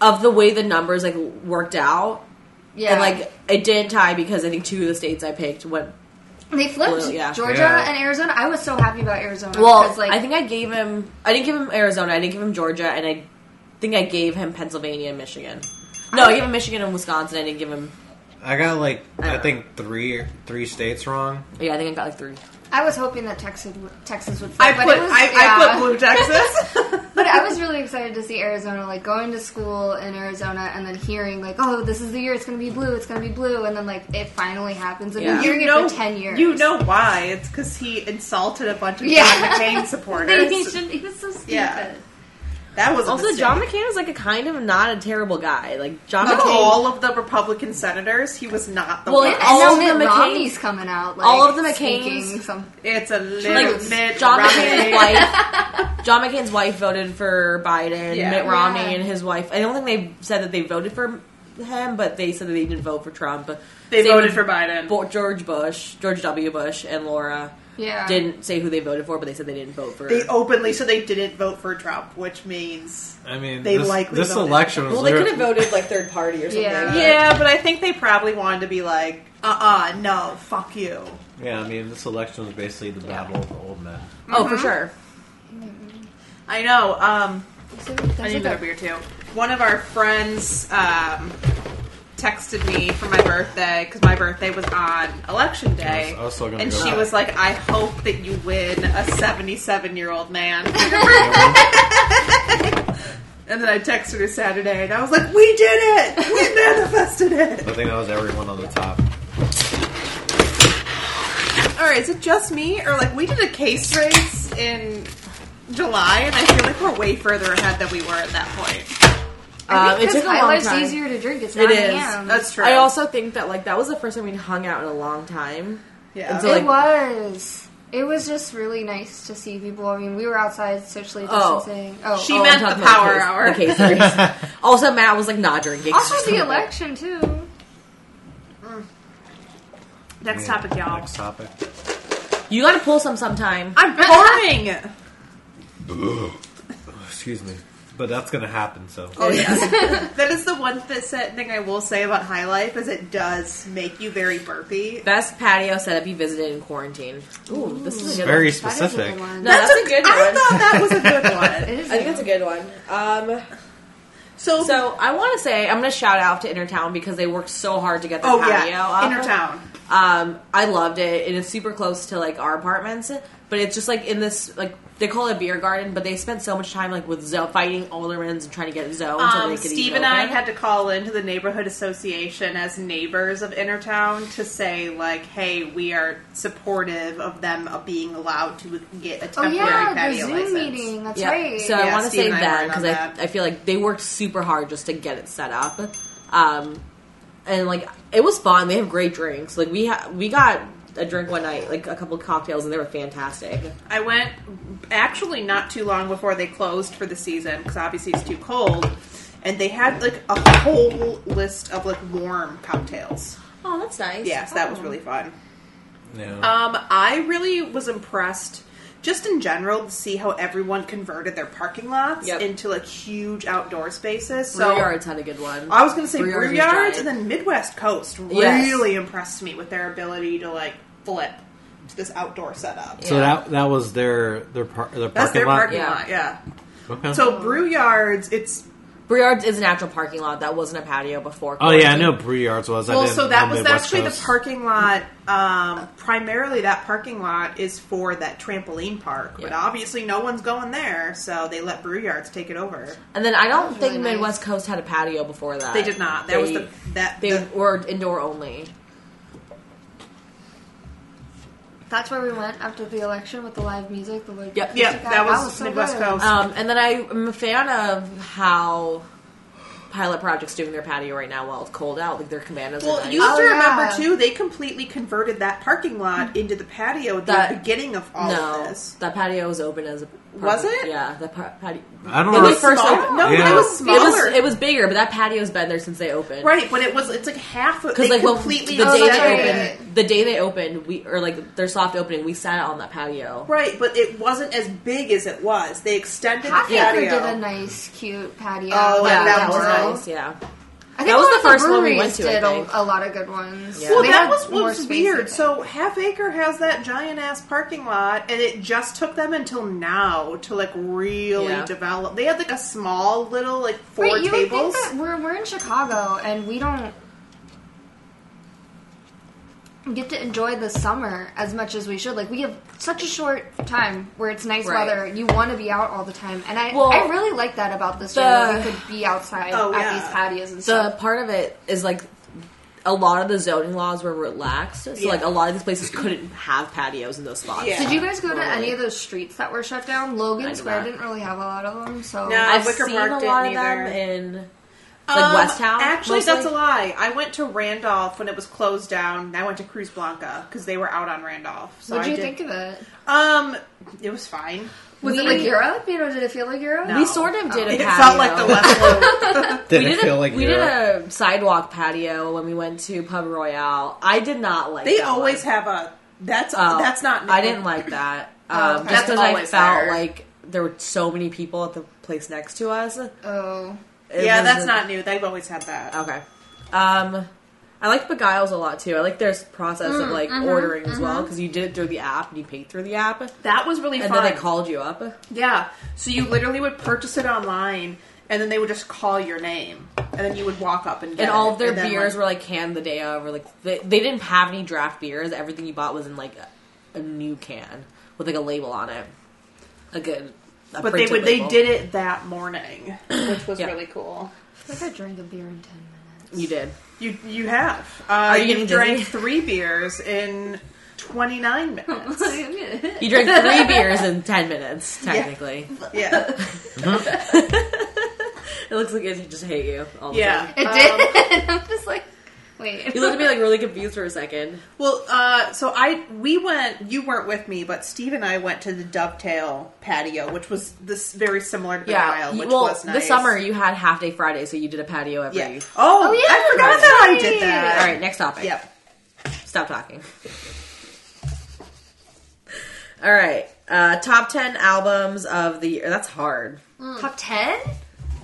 S2: of the way the numbers like worked out,
S3: yeah,
S2: and like it didn't tie because I think two of the states I picked went.
S3: they flipped
S2: Well, yeah.
S3: Georgia
S1: Yeah.
S3: and Arizona. I was so happy about Arizona.
S2: Well,
S3: because, like,
S2: I think I gave him. I didn't give him Arizona. I didn't give him Georgia, and I think I gave him Pennsylvania and Michigan. No, I gave him Michigan and Wisconsin. I didn't give him.
S1: I got like
S2: I
S1: I
S2: don't
S1: think three three states wrong.
S2: Yeah, I think I got like three.
S3: I was hoping that Texas would- Texas would. Flip,
S4: I
S3: but
S4: put
S3: it was,
S4: I, I
S3: yeah.
S4: put blue Texas.
S3: But I was really excited to see Arizona, like going to school in Arizona and then hearing like, oh, this is the year it's gonna be blue, it's gonna be blue, and then like it finally happens. I've
S2: Yeah.
S3: been
S2: You
S3: hearing it for ten years.
S4: You know why? It's because he insulted a bunch of
S3: Yeah.
S4: John McCain
S3: They- he,
S4: supporters.
S3: should, he was so stupid.
S4: Yeah. that was a
S2: Also,
S4: mistake.
S2: John McCain is like a kind of not a terrible guy. Like John
S4: Of
S2: McCain,
S4: all of the Republican senators, he was not the
S2: Well,
S4: one.
S2: yeah,
S3: And
S2: All
S3: now
S2: of
S3: Mitt
S2: the McCain-
S3: Romney's coming out. Like,
S2: all of the McCains-
S3: speaking Some,
S4: It's a little
S2: like
S4: bit
S2: John
S4: rocky.
S2: McCain's wife. John McCain's wife voted for Biden.
S4: Yeah.
S2: Mitt Romney
S3: Yeah.
S2: and his wife. I don't think they said that they voted for him, but they said that they didn't vote for Trump.
S4: They
S2: Same
S4: voted
S2: with
S4: for Biden.
S2: Bo- George Bush, George W. Bush, and Laura
S3: yeah.
S2: didn't say who they voted for, but they said they didn't vote for.
S4: They openly, so they didn't vote for Trump, which means.
S1: I mean,
S4: They
S1: this,
S4: likely
S1: this
S4: voted.
S1: election was
S2: well, they could have
S1: literally-
S2: voted like third party or something.
S3: Yeah.
S4: Yeah, but I think they probably wanted to be like, uh uh no, fuck you.
S1: Yeah, I mean, this election was basically the battle of the old men.
S2: Oh, for sure.
S4: I know, um,
S3: So there's
S4: I need
S3: like
S4: another
S3: a,
S4: beer too. One of our friends um, texted me for my birthday because my birthday was on election
S1: I
S4: day,
S1: was- I was still gonna
S4: and
S1: go
S4: she
S1: back.
S4: was like, "I hope that you win a seventy-seven-year-old man." and then I texted her Saturday, and I was like, "We did it! We manifested it!"
S1: I think that was everyone on the top.
S4: All right, is it just me, or like we did a case race in July, and I feel like we're way further ahead than we were at that point.
S2: Um, it
S3: because
S2: took a long
S3: Highlight's
S2: time.
S3: easier to drink. It's
S2: It
S3: 9
S2: is.
S3: a.m.
S4: That's true.
S2: Um, I also think that like that was the first time we'd hung out in a long time.
S4: yeah.
S2: and so,
S3: It
S2: like-
S3: was. It was just really nice to see people. I mean, we were outside socially
S2: Oh.
S3: distancing. Oh,
S4: She
S2: Oh, I'm
S4: meant the
S2: talking about
S4: power
S2: case-
S4: hour.
S2: the case series. also, Matt was like not drinking.
S3: oh, also the election too.
S4: Next
S1: Yeah.
S4: topic, y'all.
S1: Next topic.
S2: You got to pull some sometime.
S4: I'm pouring.
S1: Excuse me, but that's gonna happen. So
S4: Oh yes, that is the one th- set thing I will say about High Life is it does make you very burpy.
S2: Best patio setup you visited in quarantine. Ooh, this is a good
S1: very
S2: one.
S3: That is a
S1: specific.
S3: good one.
S2: No, that's, a, good
S4: I
S2: one.
S4: thought that was a good
S3: It
S4: one.
S3: is
S2: I think that's a good one. Um,
S4: So,
S2: so I want to say I'm going to shout out to Intertown because they worked so hard to get the
S4: oh
S2: patio
S4: yeah,
S2: up.
S4: Intertown.
S2: Um, I loved it, and it's super close to like our apartments. But it's just like in this like they call it a beer garden, but they spent so much time like with Zoe fighting aldermans and trying to get Zoe until
S4: Um,
S2: they could
S4: Steve
S2: eat
S4: and I
S2: open.
S4: had to call into the neighborhood association as neighbors of Innertown to say, like, hey, we are supportive of them uh, being allowed to get a
S3: Oh
S4: temporary
S3: yeah, the
S4: patio
S3: Zoom
S4: license.
S3: meeting. That's
S2: Yeah.
S3: right.
S2: So I
S4: Yeah,
S2: want to
S4: Steve
S2: say
S4: and I
S2: that
S4: were in on
S2: because
S4: that.
S2: I, I feel like they worked super hard just to get it set up, um, and like it was fun. They have great drinks. Like we ha- we got a drink one night, like a couple cocktails, and they were fantastic.
S4: I went actually not too long before they closed for the season because obviously it's too cold. And they had like a whole list of like warm cocktails.
S2: Oh, that's nice.
S4: Yes, that was really fun.
S1: Yeah.
S4: Um, I really was impressed just in general to see how everyone converted their parking lots
S2: Yep.
S4: into like huge outdoor spaces. So
S2: Brew Yards had a good one.
S4: I was going to say
S2: Brew
S4: brew
S2: Yards
S4: yards,
S2: was
S4: and
S2: giant.
S4: then Midwest Coast
S2: Yes.
S4: really impressed me with their ability to like flip to this outdoor setup.
S1: so
S2: yeah.
S1: that that was their their par- their
S4: That's
S1: parking
S4: their
S1: lot.
S4: parking
S2: Yeah.
S4: lot, yeah.
S1: Okay.
S4: So brew yards, it's
S2: Brew Yards is an actual parking lot that wasn't a patio before.
S1: oh yeah, I know
S2: quarantine.
S1: Brew Yards was. I
S4: well,
S1: didn't
S4: so that
S1: know
S4: was
S1: Midwest
S4: actually
S1: Coast.
S4: the parking lot. Um, primarily, that parking lot is for that trampoline park, but
S2: Yeah.
S4: obviously, no one's going there, so they let brew yards take it over.
S2: And then I don't
S3: was
S2: think
S3: really nice.
S2: Midwest Coast had a patio before that.
S4: They did not. That was
S2: They-
S4: the that
S2: They
S4: the-
S2: were indoor only.
S3: That's where we went after the election with the live music. The like,
S2: Yep.
S4: Yep,
S3: acoustic
S4: that
S3: act.
S4: was
S3: so
S4: Midwest
S3: good.
S4: Coast.
S2: Um, and then I'm a fan of how Pilot Project's doing their patio right now while it's cold out. Like their commandos. are
S4: Well,
S2: nice.
S4: you have to
S3: Oh,
S4: remember
S3: yeah.
S4: too. They completely converted that parking lot into the patio at the
S2: That-
S4: beginning of all of
S2: Hmm. no,
S4: this.
S2: that patio was open as a park-
S4: Was it?
S2: Yeah, that par- patio.
S1: I don't
S2: It
S1: know.
S2: was first
S4: Small-
S2: open.
S4: No,
S1: Yeah.
S4: but it was
S2: It
S4: smaller.
S2: was it was bigger, but that patio's been there since they opened.
S4: right, but it was. It's like half. of
S2: Because
S4: They
S2: like when-
S4: completely
S2: the
S3: Oh,
S2: day
S4: upset
S3: that's
S2: they
S4: it.
S3: right.
S2: opened, the day they opened, we or like their soft opening, we sat out on that patio.
S4: Right, but it wasn't as big as it was. They extended
S3: Half
S4: the patio.
S3: Acre did a nice, cute patio.
S4: Oh,
S3: with
S2: Yeah,
S4: yeah,
S3: the
S2: that was
S3: mural.
S2: nice. Yeah.
S3: I think
S2: That was
S3: one
S2: the
S3: of
S2: first one we
S3: breweries
S2: went to, I
S3: Did
S2: think.
S3: a, a lot of good ones.
S2: Yeah.
S4: Well,
S3: They
S4: that
S3: had
S4: was what
S3: more
S4: was
S3: space, I
S4: weird.
S3: think.
S4: So Half Acre has that giant ass parking lot, and it just took them until now to like really
S2: Yeah.
S4: develop. They had like a small little like four
S3: Wait, you would
S4: tables.
S3: think that we're we're in Chicago and we don't get to enjoy the summer as much as we should. Like we have such a short time where it's nice
S2: Right.
S3: weather. You want to be out all the time, and I
S2: Well,
S3: I really like that about this. year, that
S2: the-
S3: we could be outside
S4: Oh,
S3: at
S4: yeah.
S3: these patios and
S2: the
S3: stuff.
S2: part of it is like a lot of the zoning laws were relaxed, so
S4: Yeah.
S2: like a lot of these places couldn't have patios in those spots.
S4: Yeah.
S3: Did you guys go to
S2: Totally.
S3: any of those streets that were shut down? Logan
S2: I did
S3: Square
S2: not.
S3: didn't really have a lot of them, so
S4: No.
S2: I've
S4: Wicker
S2: seen
S4: Park
S2: a lot of
S4: didn't
S2: them
S4: either. Um,
S2: in like West Town.
S4: Actually,
S2: mostly.
S4: that's a lie. I went to Randolph when it was closed down. and I went to Cruz Blanca because they were out on Randolph. So
S3: what do
S4: I
S3: you
S4: did-
S3: think of it?
S4: Um, it was fine.
S3: Was it
S2: We-
S3: like Europe? You know, did it feel like Europe?
S4: No.
S2: We sort of did a
S4: It
S2: patio.
S4: felt like the level. of-
S1: Did
S2: we
S1: it
S2: did,
S1: feel
S2: a,
S1: like
S2: we did
S1: Europe?
S2: a sidewalk patio when we went to Pub Royale. I did not like.
S4: they
S2: that
S4: always
S2: one.
S4: have a. That's
S2: Oh,
S4: that's not. Oh,
S2: I didn't like that. Um,
S3: okay.
S2: Just
S4: That's
S2: because I
S4: always
S2: felt
S4: there.
S2: like there were so many people at the place next to us. It
S3: Oh.
S4: Yeah,
S2: was
S4: that's
S2: a- Oh.
S4: not new. They've always had that.
S2: Okay. Um, I like Beguiles a lot too. I like their s- process
S4: Mm,
S2: of like
S4: mm-hmm,
S2: ordering as well because you did it through the app and you paid through the app, and
S4: That was really fun.
S2: then they called you up.
S4: Yeah. So you literally would purchase it online, and then they would just call your name, and then you would walk up and get
S2: And all of
S4: it,
S2: their
S4: and then,
S2: beers
S4: like-
S2: were like canned the day of, or like they, they didn't have any draft beers. Everything you bought was in like a, a new can with like a label on it, like a. a
S4: But they
S2: printed
S4: would. They
S2: label.
S4: did it that morning, which was
S2: Yeah.
S4: really cool.
S3: I think I drank a beer in 10 minutes.
S2: You did.
S4: You you have. Uh,
S2: you
S4: you
S2: getting
S4: drank
S2: dizzy?
S4: three beers in twenty nine minutes.
S2: You drank three beers in ten minutes. Technically,
S4: yeah,
S2: it looks like it just hate you. All the
S4: yeah.
S2: time.
S3: It did. I'm just like, wait.
S2: Um, You looked at me like really confused for a second.
S4: Well, uh, so I we went. You weren't with me, but Steve and I went to the Dovetail patio, which was this very similar to the Wild,
S2: you-
S4: which
S2: well,
S4: was nice.
S2: this summer you had half day Friday, so you did a patio every.
S4: Yeah. Oh,
S3: Oh, yeah,
S4: I forgot
S3: that's
S4: that I
S3: right.
S4: did that.
S2: All right, next topic.
S4: Yep.
S2: Stop talking. All right, uh, top ten albums of the year. That's hard.
S3: Top 10?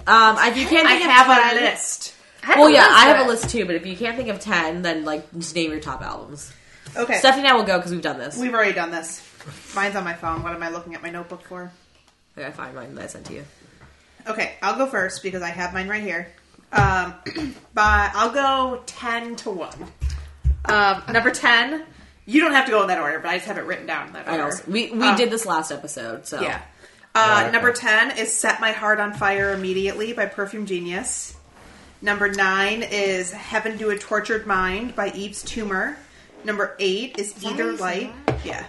S2: Um, if you can't
S4: I
S2: think of
S4: have a
S2: 10
S4: list.
S2: Well, yeah, I have a list too. But if you can't think of ten, then like just name your top albums.
S4: Okay,
S2: Stephanie and I will go because we've done this.
S4: we've already done this. Mine's on my phone. What am I looking at my notebook for?
S2: okay, I find mine that I sent to you.
S4: Okay, I'll go first because I have mine right here. Um, but I'll go ten to one. Um, number ten. You don't have to go in that order, but I just have it written down in that
S2: I
S4: order.
S2: also, we we
S4: Um,
S2: did this last episode, so
S4: Yeah. Uh,
S1: Yeah, okay.
S4: Number 10 is Set My Heart on Fire Immediately by Perfume Genius. Number 9 is Heaven to a Tortured Mind by Eve's Tumor. Number 8 is Either Light. Yeah.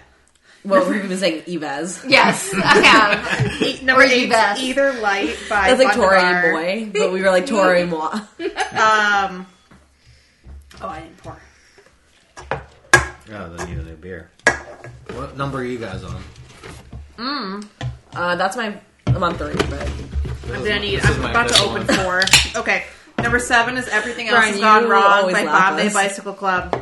S2: Well, we've been saying Evaz.
S3: Yes, I have.
S4: E- number
S3: Or
S4: 8
S3: Yves.
S4: is Either Light by
S2: That's like
S4: Von
S2: Tori
S4: Navarre.
S2: Boy, but we were like Tori Moi.
S4: Um, oh, I didn't pour.
S1: Oh, they need a new beer. What number are you guys on?
S2: Uh, that's my. I'm on three, but
S1: This is
S4: I'm gonna
S1: my-
S4: need.
S1: this is
S4: I'm
S1: my
S4: about to
S1: fifth
S4: open
S1: one.
S4: four. Okay. Number seven is Everything Else
S2: Brian,
S4: Has Gone
S2: you
S4: Wrong
S2: always
S4: by
S2: laugh
S4: Bombay
S2: us.
S4: Bicycle Club.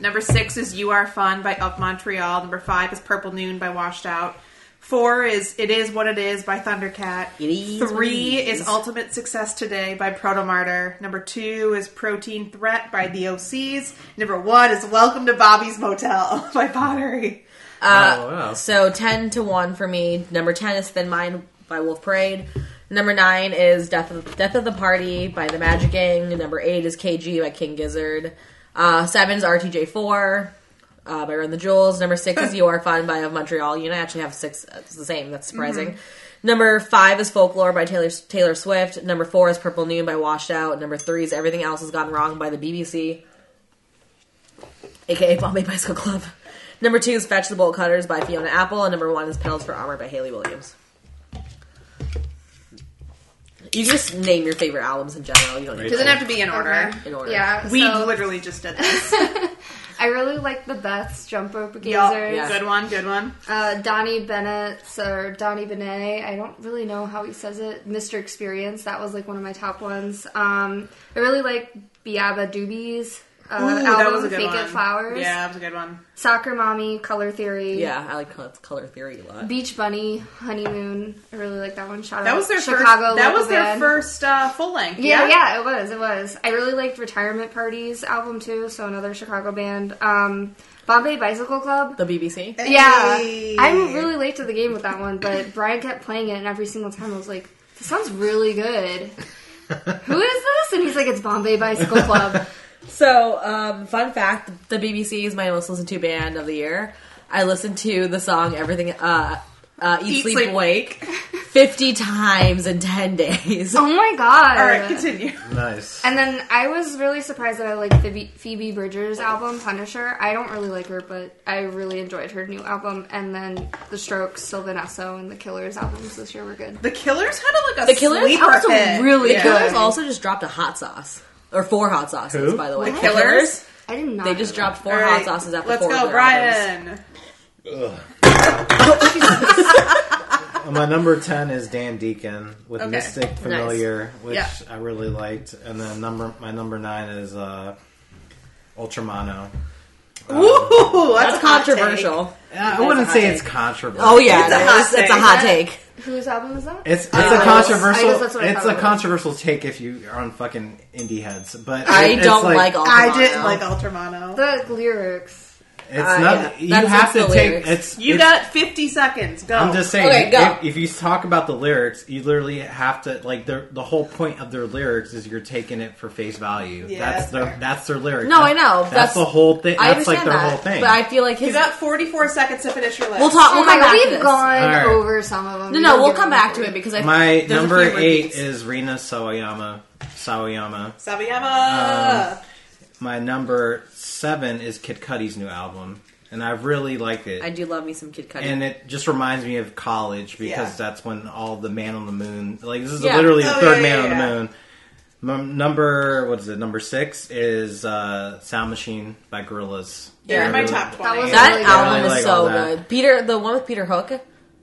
S4: Number six is You Are Fun by Of Montreal. Number five is Purple Noon by Washed Out. Four is It Is What It Is by Thundercat.
S2: It is what
S4: Three
S2: it
S4: is.
S2: is.
S4: Ultimate Success Today by Proto Martyr. Number two is Protein Threat by The OCs. Number one is Welcome to Bobby's Motel by Pottery.
S1: oh, wow.
S2: So 10 to 1 for me. Number 10 is Thin Mind by Wolf Parade. Number 9 is Death of, Death of the Party by The Magic Gang. Number 8 is KG by King Gizzard. Uh, 7 is RTJ4 uh, by Run the Jewels. Number 6 is You Are Fun by Of Montreal. You know, I actually have 6. It's the same. That's surprising. Number 5 is Folklore by Taylor, Taylor Swift. Number 4 is Purple Noon by Washed Out. Number 3 is Everything Else Has Gone Wrong by the BBC aka Bombay Bicycle Club. Number two is Fetch the Bolt Cutters by Fiona Apple, and number one is Pedals for Armor by Haley Williams. You just name your favorite albums in general. You don't need
S1: Right.
S4: It doesn't have to be in order.
S3: Okay.
S2: In order.
S3: Yeah,
S4: We
S3: so
S4: literally just did this.
S3: I really like the Beths, Jump Rope Gazers.
S4: Yeah. Good one, good one.
S3: Uh, Donnie Bennett or Donnie Benet. I don't really know how he says it. Mr. Experience. That was like one of my top ones. Um, I really like Biaba Doobies. Uh,
S4: Ooh,
S3: album,
S4: that was a good
S3: Fake
S4: one.
S3: It Flowers.
S4: Yeah, that was a good one.
S3: Soccer Mommy, Color Theory.
S2: yeah, I like color, color theory a lot.
S3: Beach Bunny, Honeymoon. I really like that one. Shout
S4: That
S3: out
S4: was their
S3: Chicago.
S4: first. That
S3: local
S4: was their
S3: band.
S4: first uh, full length.
S3: Yeah, yeah, it was. It was. I really liked Retirement Parties album too. So another Chicago band. Um, Bombay Bicycle Club.
S2: The BBC.
S3: Yeah,
S4: Hey.
S3: I'm really late to the game with that one, but Brian kept playing it, and every single time I was like, "This sounds really good." Who is this? And he's like, "It's Bombay Bicycle Club."
S2: So, um, fun fact: the BBC is my most listened to band of the year. I listened to the song "Everything." Uh, uh, Eat,
S4: Eat,
S2: sleep,
S4: Sleep,
S2: wake 50 times in 10 days
S3: oh my god!
S4: All right, continue.
S1: Nice.
S3: and then I was really surprised that I liked Phoebe, Phoebe Bridgers' album Punisher. I don't really like her, but I really enjoyed her new album. And then The Strokes, Sylvanesso, and The Killers albums this year were good.
S4: The Killers had a, like a
S2: The Killers
S4: sleeper
S2: also
S4: hit.
S2: really
S4: Yeah.
S2: good. Killers also just dropped a hot sauce or four hot sauces,
S1: Who?
S2: by the way.
S4: The Killers?
S3: I did not.
S2: They just dropped four
S4: All
S2: hot
S4: right,
S2: sauces after
S4: Let's
S2: four of
S4: go,
S2: their albums.
S4: Brian.
S1: My number 10 is Dan Deacon with
S4: Okay.
S1: Mystic Familiar, which
S4: Yeah.
S1: I really liked. And then number my number 9 is uh, Ultramano.
S4: Ooh, that's,
S2: That's
S4: a hot
S2: controversial.
S1: I wouldn't
S2: hot
S1: say
S2: take.
S1: it's controversial.
S2: Oh yeah,
S4: It's a
S2: no,
S4: hot
S2: it's, it's a
S4: take.
S2: hot take.
S3: Whose album is that?
S1: It's it's
S2: I
S1: a
S2: guess-
S1: controversial
S3: I guess that's what I
S1: it's
S3: thought
S1: a
S3: it was.
S1: controversial take if you are on fucking indie heads, but
S2: I
S1: it- it's
S2: don't like all
S4: take.
S2: the
S4: I didn't
S2: mono.
S4: like Ultramano.
S3: The lyrics.
S1: It's
S2: Uh,
S1: not
S2: yeah.
S1: you
S2: That's
S1: have to
S2: just the
S1: take
S2: lyrics.
S1: it's
S4: You
S1: it's-
S4: got 50 seconds. Go.
S1: I'm just saying,
S2: Oh, Okay, go.
S1: if, if you talk about the lyrics, you literally have to like the the whole point of their lyrics is you're taking it for face value.
S4: Yeah,
S1: that's
S4: that's
S1: their
S4: fair.
S1: that's their lyrics.
S2: No,
S1: That's-
S2: I know.
S1: That's,
S2: That's-
S1: the whole thing.
S2: I
S1: That's
S2: understand
S1: like their
S2: that,
S1: whole thing.
S2: but I feel like his.
S4: You got 44 seconds to finish your list.
S2: we'll talk. We'll
S3: Oh my
S2: come
S3: god,
S2: back to
S3: we've
S2: this.
S3: gone
S1: All right.
S3: over some of them.
S2: No,
S3: You
S2: no,
S3: don't
S2: we'll
S3: give
S2: come
S3: them
S2: back to
S3: food.
S2: it because I.
S1: My
S2: there's a
S1: number
S2: few
S1: eight
S2: repeats.
S1: is Rina Sawayama. Sawayama. Um,
S4: Sabayama.
S1: My number seven is Kid Cudi's new album, and I really liked it.
S2: I do love me some Kid Cudi.
S1: and it just reminds me of college because
S4: Yeah.
S1: that's when all the man on the moon like this is
S2: Yeah.
S1: literally
S4: Oh,
S1: the third
S4: yeah,
S1: man
S4: yeah,
S1: on the
S4: yeah.
S1: moon Num number what is it number six is uh sound machine by gorillas
S4: They're in
S1: I
S4: my
S1: really-
S4: top 20.
S3: That was
S2: that
S3: really good.
S2: album
S1: Really
S2: is
S1: like all
S2: so
S1: that.
S2: good. Peter, the one with Peter Hook.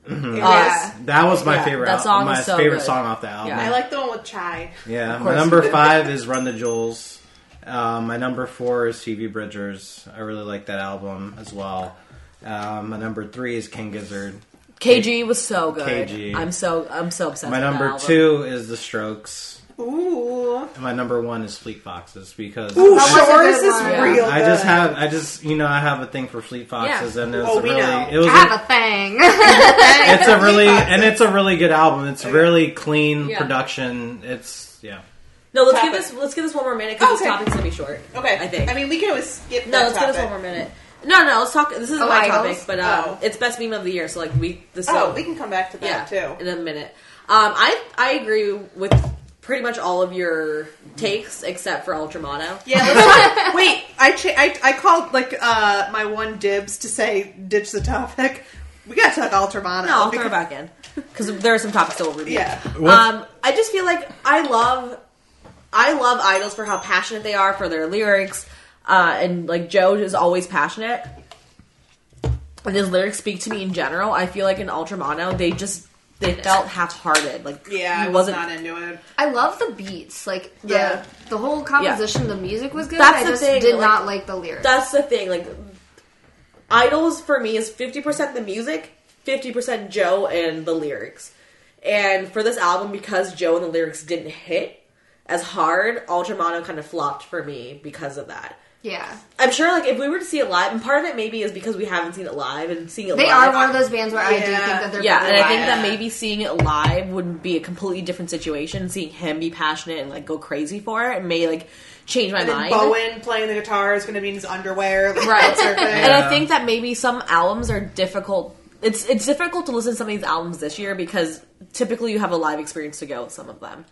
S1: Mm-hmm.
S3: Yeah.
S1: that was my
S2: Yeah,
S1: favorite
S2: that
S1: al-
S2: song
S1: my
S2: is so
S1: favorite
S2: good.
S1: song off the album
S2: Yeah.
S4: I like the one with Chai.
S1: Yeah,
S2: course.
S1: my number five is Run the Jewels. Um, my number four is Phoebe Bridgers. I really like that album as well. Um, my number three is King Gizzard.
S2: KG was so good.
S1: KG.
S2: I'm so I'm so obsessed.
S1: My
S2: with that
S1: number
S2: album.
S1: two is The Strokes.
S4: Ooh.
S1: And my number one is Fleet Foxes because
S4: Ooh,
S1: I,
S3: was a
S4: Shores
S3: good
S4: is
S3: one.
S2: Yeah.
S4: real
S1: I just
S4: good.
S1: have I just you know I have a thing for Fleet Foxes
S2: Yeah.
S1: and it's
S4: Oh,
S1: a
S4: we
S1: really
S4: know.
S1: it was
S3: I
S1: a,
S3: have a thing.
S1: it's a really and it's a really good album. It's really clean
S2: Yeah.
S1: production. It's yeah.
S2: No, let's
S4: Topic.
S2: give this let's give this one more minute because
S4: Okay.
S2: this topic's gonna be short.
S4: Okay.
S2: I think.
S4: I mean, we can always skip.
S2: no,
S4: that
S2: let's give this
S4: topic.
S2: one more minute. No, no, let's talk. This is
S3: Oh,
S2: my
S3: idols?
S2: topic, but um,
S4: Oh.
S2: it's best meme of the year. So like we this
S4: Oh,
S2: will-
S4: we can come back to
S2: yeah
S4: that too.
S2: in a minute. Um, I I agree with pretty much all of your takes except for Ultramano.
S4: Yeah. Let's talk. Wait, I, cha- I I called like uh my one dibs to say ditch the topic. We gotta talk Ultramano.
S2: No, I'll throw
S4: because-
S2: it back in because there are some topics that we'll review.
S4: Yeah.
S1: What-
S2: Um, I just feel like I love, I love idols for how passionate they are for their lyrics, uh, and like Joe is always passionate, and his lyrics speak to me in general. I feel like in Ultramano, they just they felt half-hearted. Like
S4: Yeah, I
S2: he
S4: was not into it.
S3: I love the beats, like the
S4: Yeah.
S3: the whole composition. The music was good.
S2: That's
S3: I
S2: the
S3: just
S2: thing,
S3: did
S2: like-
S3: not like the lyrics.
S2: that's the thing. Like, Idols for me is fifty percent the music, fifty percent Joe and the lyrics. And for this album, because Joe and the lyrics didn't hit as hard, Ultramano kind of flopped for me because of that.
S3: yeah,
S2: I'm sure, like, if we were to see it live, and part of it maybe is because we haven't seen it live and seeing it
S3: they
S2: live.
S3: are one of those bands where I do think
S4: Yeah.
S3: that they're
S2: yeah,
S3: better
S2: and I
S3: live.
S2: think that maybe seeing it live would be a completely different situation. Seeing him be passionate and like go crazy for it may like change my
S4: And then
S2: mind.
S4: Bowen playing the guitar is going to be in his underwear, like,
S2: Right.
S4: concert thing.
S2: And I
S1: Yeah.
S2: think that maybe some albums are difficult. It's it's difficult to listen to some of these albums this year because typically you have a live experience to go with some of them.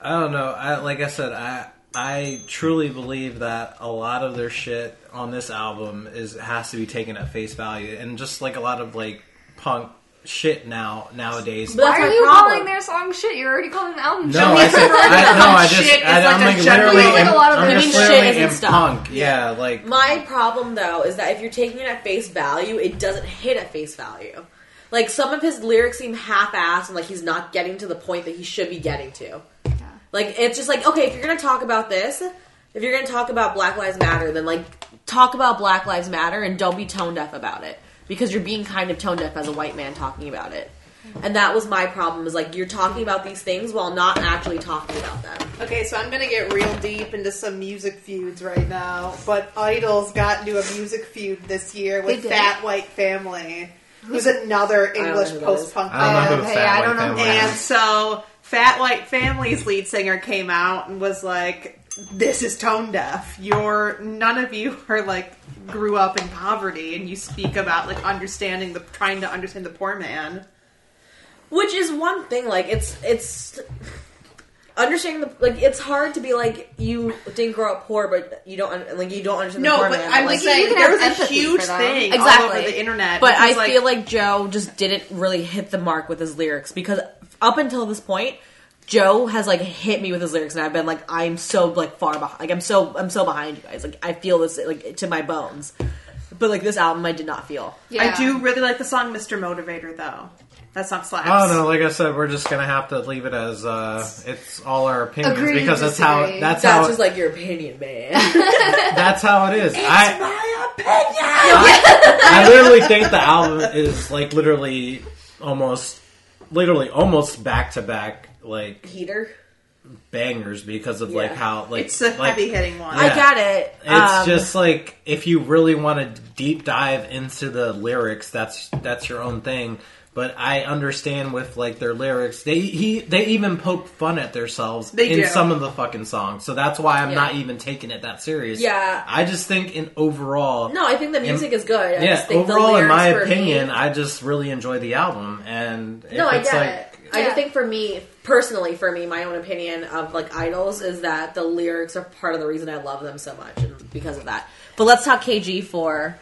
S1: I don't know. I like I said, I I truly believe that a lot of their shit on this album is has to be taken at face value, and just like a lot of like punk shit now nowadays.
S2: But-
S3: Why
S2: That's
S3: are
S2: my
S3: you
S2: problem.
S3: calling their song shit? You already called it an album
S1: no,
S3: shit.
S1: I said I, no. I just
S4: Shit is
S1: I, am
S4: like a
S1: like
S4: general-
S1: literally
S4: Like
S1: in,
S3: a lot of
S1: I'm
S3: their
S1: just
S2: shit
S1: literally
S2: isn't
S1: in
S2: stuff.
S1: punk. Yeah, like
S2: My problem though is that if you're taking it at face value, it doesn't hit at face value. Like some of his lyrics seem half-assed and like he's not getting to the point that he should be getting to. Like it's just like okay, if you're gonna talk about this, if you're gonna talk about Black Lives Matter, then like talk about Black Lives Matter and don't be tone deaf about it because you're being kind of tone deaf as a white man talking about it. And that was my problem is like you're talking about these things while not actually talking about them.
S4: Okay, so I'm gonna get real deep into some music feuds right now. But Idols got into a music feud this year with
S3: They did?
S4: Fat White Family, who's another
S2: know
S4: English
S2: who that
S4: post punk
S1: I don't know
S4: band.
S1: who
S3: Okay,
S1: Fat
S3: I
S1: White
S3: don't know
S1: Family
S3: who that
S1: is.
S4: And so Fat White Family's lead singer came out and was like, "This is tone deaf. You're none of you are like grew up in poverty, and you speak about like understanding the trying to understand the poor man."
S2: which is one thing like it's it's understanding the like it's hard to be like you didn't grow up poor but you don't un- like you don't understand the
S4: No,
S2: poor
S4: but
S2: man,
S4: I'm
S2: like,
S4: just
S3: you
S4: saying
S3: can
S4: there
S3: have
S4: was a
S3: empathy
S4: huge
S3: for them.
S4: thing all over
S2: Exactly.
S4: the internet.
S2: but i
S4: because, like,
S2: feel like joe just didn't really hit the mark with his lyrics because up until this point joe has like hit me with his lyrics and i've been like i'm so like far behind like i'm so i'm so behind you guys like i feel this like to my bones but like this album i did not feel
S3: Yeah.
S4: I do really like the song Mr. Motivator though. That song slaps.
S1: I don't know. Oh, Like I said, we're just gonna have to leave it as uh, it's all our opinions
S3: Agree to
S1: because that's how
S3: disagree.
S1: that's,
S2: that's
S1: how
S2: just like your opinion man
S1: that's how it is. I
S4: My opinion.
S1: I literally think the album is like literally almost literally almost back to back like
S2: heater
S1: bangers because of like
S2: Yeah.
S1: how like
S4: It's a
S1: like,
S4: heavy hitting one.
S2: i
S1: Yeah.
S2: got it
S1: It's
S2: Um,
S1: just like if you really want to deep dive into the lyrics, that's that's your own thing. But I understand with like their lyrics, they he they even poke fun at themselves
S4: They
S1: in
S4: do.
S1: some of the fucking songs. So that's why I'm
S2: Yeah.
S1: not even taking it that serious.
S2: Yeah.
S1: I just think in overall,
S2: No, I think the music is good. I
S1: yeah,
S2: just think the
S1: overall in
S2: lyrics
S1: my
S2: for me-
S1: opinion, I just really enjoy the album. And if
S2: no, I
S1: it's
S2: get
S1: like,
S2: it. I just
S3: Yeah.
S2: think for me, personally, for me, my own opinion of like idols is that the lyrics are part of the reason I love them so much, and because of that. But let's talk KG for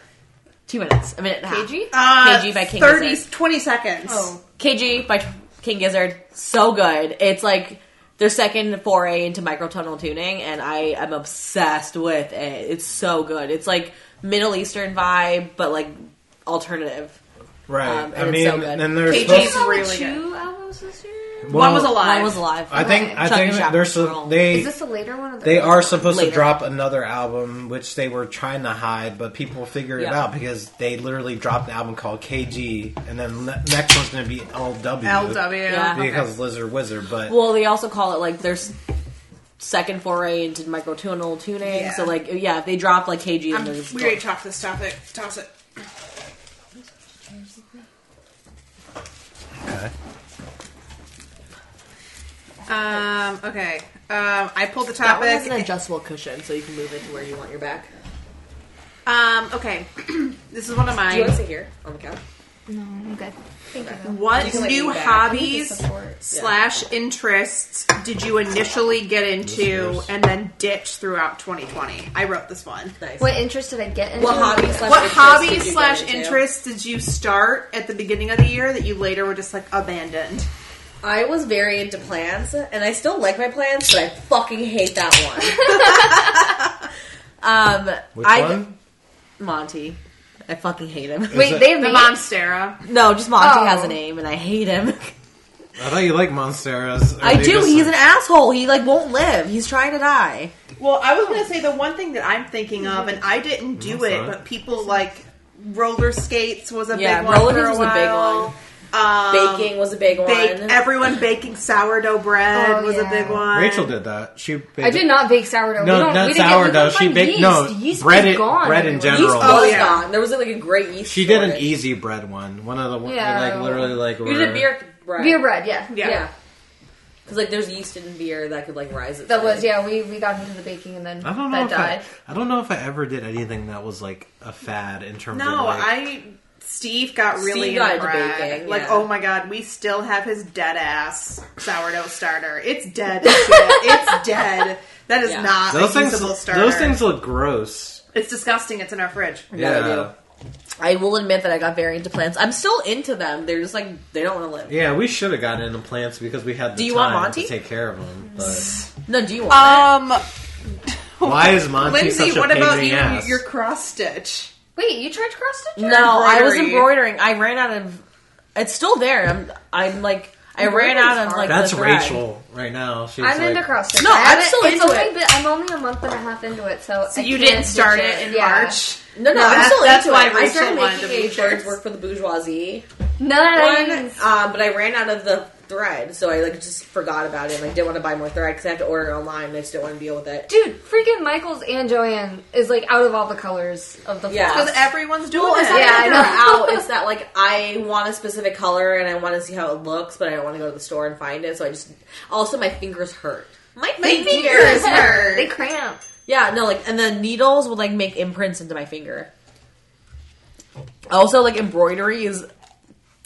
S2: two minutes, a minute and a half.
S3: KG?
S4: Uh,
S2: KG by King
S4: 30,
S2: Gizzard.
S4: 20 seconds.
S3: Oh.
S2: KG by King Gizzard, so good. It's like their second foray into microtonal tuning, and I am obsessed with it. It's so good. It's like Middle Eastern vibe, but like alternative.
S1: right?
S2: Um, and
S1: I
S2: it's
S1: mean,
S2: so good.
S1: and there's
S4: KG
S3: Did you
S1: supposed,
S4: It's
S3: come out
S4: really
S3: with
S4: good.
S3: two albums this year?
S1: well,
S4: one was alive.
S2: I was alive.
S1: I think I
S2: Chuck E.
S1: think
S2: Shaq
S1: there's
S2: Pearl.
S1: some, they
S3: Is this the later one? Or the
S1: They
S3: earlier
S1: are
S3: one?
S1: supposed
S2: Later.
S1: to drop another album, which they were trying to hide, but people figured it
S2: Yeah.
S1: out because they literally dropped an album called KG, and then le- next one's going to be LW.
S4: LW.
S2: Yeah.
S1: Because Lizard Wizard, but
S2: Well, they also call it like their s- second foray into microtonal tuning.
S4: Yeah.
S2: So like, yeah, if they drop like KG,
S4: I'm,
S2: then there's
S4: Um, we already talked this topic. Toss it. Um, okay. Um, I pulled the
S2: That one has an
S4: topic.
S2: adjustable cushion, so you can move it to where you want your back.
S4: Um, okay, this is one of
S2: Do you want to
S4: mine.
S2: sit here on the couch?
S3: No, I'm good. Thank you. though.
S4: What
S2: You can, like,
S4: new
S2: lean back.
S4: hobbies
S3: Support.
S4: slash interests did you initially get into
S1: yours.
S4: and then ditch throughout 2020? I wrote this one.
S2: Nice.
S3: What interest did I get into?
S2: What hobby slash
S4: What
S2: interest did you
S4: hobbies
S2: get
S4: slash
S2: into?
S4: interests did you start at the beginning of the year that you later were just like abandoned?
S2: I was very into plants, and I still like my plants, but I fucking hate that one. um,
S1: Which
S2: I,
S1: one?
S2: Monty. I fucking hate him.
S1: Is
S3: Wait,
S1: it-
S3: they have
S4: The
S3: names?
S4: Monstera.
S2: No, just Monty
S3: Oh.
S2: has a name, and I hate him.
S1: I thought you liked Monstera's. Are
S2: I
S1: they
S2: do.
S1: just,
S2: He's
S1: like-
S2: an asshole. He like won't live. He's trying to die.
S4: Well, I was gonna say the one thing that I'm thinking of, and I didn't do
S1: Mm-hmm. That's
S4: it,
S1: all right.
S4: but people like roller skates was a
S2: Yeah,
S4: big one.
S2: roller
S4: for a
S2: skates was a big
S4: while.
S2: one.
S4: Um,
S2: Baking was a big
S4: bake,
S2: one.
S4: everyone baking sourdough bread
S3: Oh,
S4: was a
S3: yeah.
S4: big one.
S1: Rachel did that. She baked
S3: I did not bake sourdough.
S1: No,
S3: we don't,
S1: not
S3: we didn't get, we
S1: sourdough.
S3: couldn't
S1: She
S3: find
S1: baked-
S3: yeast.
S1: no,
S3: yeast
S1: bread
S3: was
S1: in-
S3: gone
S1: bread in
S3: everywhere.
S1: general.
S2: yeast was
S4: Oh, yeah.
S2: gone. There was like a great yeast.
S1: She did an
S2: shortage.
S1: easy bread one. One of the ones
S3: Yeah.
S1: like literally like
S2: You did a
S1: were-
S2: beer bread.
S3: Beer bread, yeah.
S4: Yeah.
S2: Yeah. Because like there's yeast in beer that could like rise.
S3: That was yeah. We we got into the baking and then
S1: I don't know.
S3: that
S1: If
S3: died.
S1: I, I don't know if I ever did anything that was like a fad in terms of
S4: No,
S1: like,
S4: I. Steve got really
S2: Steve got
S4: into
S2: into
S4: bread.
S2: baking,
S4: Like,
S2: yeah.
S4: oh my god, we still have his dead ass sourdough starter. It's dead. as shit. it's dead. That is
S2: Yeah.
S4: not
S1: those
S4: a
S1: things.
S4: usable starter.
S1: Those things look gross.
S4: It's disgusting. It's in our fridge.
S2: Yeah, they I will admit that I got very into plants. I'm still into them. They're just like they don't want to live.
S1: Yeah, we should have gotten into plants because we had the
S2: Do you want
S1: time
S2: Monty?
S1: to take care of them. But
S2: No, do you want?
S4: Um,
S1: why is Monty
S4: Lindsay,
S1: such a
S4: what
S1: pain
S4: about
S1: in the
S4: you?
S1: ass?
S4: Your cross stitch.
S3: Wait, you tried cross stitch?
S2: it? no, I was
S4: embroidery.
S2: embroidering. I ran out of. It's still there. I'm. I'm like. I ran
S3: Embroidery's
S2: out of
S3: hard.
S2: like.
S1: That's
S2: the thread.
S1: Rachel right now. She's
S3: I'm
S1: like,
S3: into cross stitch.
S2: No,
S3: I
S2: I'm
S3: haven't-
S2: still
S3: it's
S2: into
S3: only
S2: it.
S3: Been, I'm only a month and a half into it, so
S4: So
S3: I
S4: you
S3: can't
S4: didn't start
S3: ditch
S4: it in
S3: Yeah.
S4: March.
S2: No, no,
S4: No,
S2: I'm
S4: that's-
S2: still
S4: that's
S2: into
S4: why
S2: it. I
S4: Rachel
S2: started
S4: wanted to
S2: making
S4: be
S2: a shirts
S4: shirts.
S2: work for the bourgeoisie one,
S3: Nice.
S2: um, but I ran out of the thread, so I like just forgot about it. And I didn't want to buy more thread because I have to order it online. and I just didn't want to deal with it.
S3: Dude, freaking Michaels and Joanne is like out of all the colors of the
S2: Yeah.
S3: floor.
S4: Because everyone's doing
S2: Well, it's not
S4: it.
S3: Yeah, I
S2: yeah,
S3: know.
S2: out. It's that like I want a specific color and I want to see how it looks, but I don't want to go to the store and find it. So I just also my fingers hurt. My,
S4: fingers hurt.
S3: They cramp.
S2: Yeah, no, like and the needles would like make imprints into my finger. Also, like embroidery is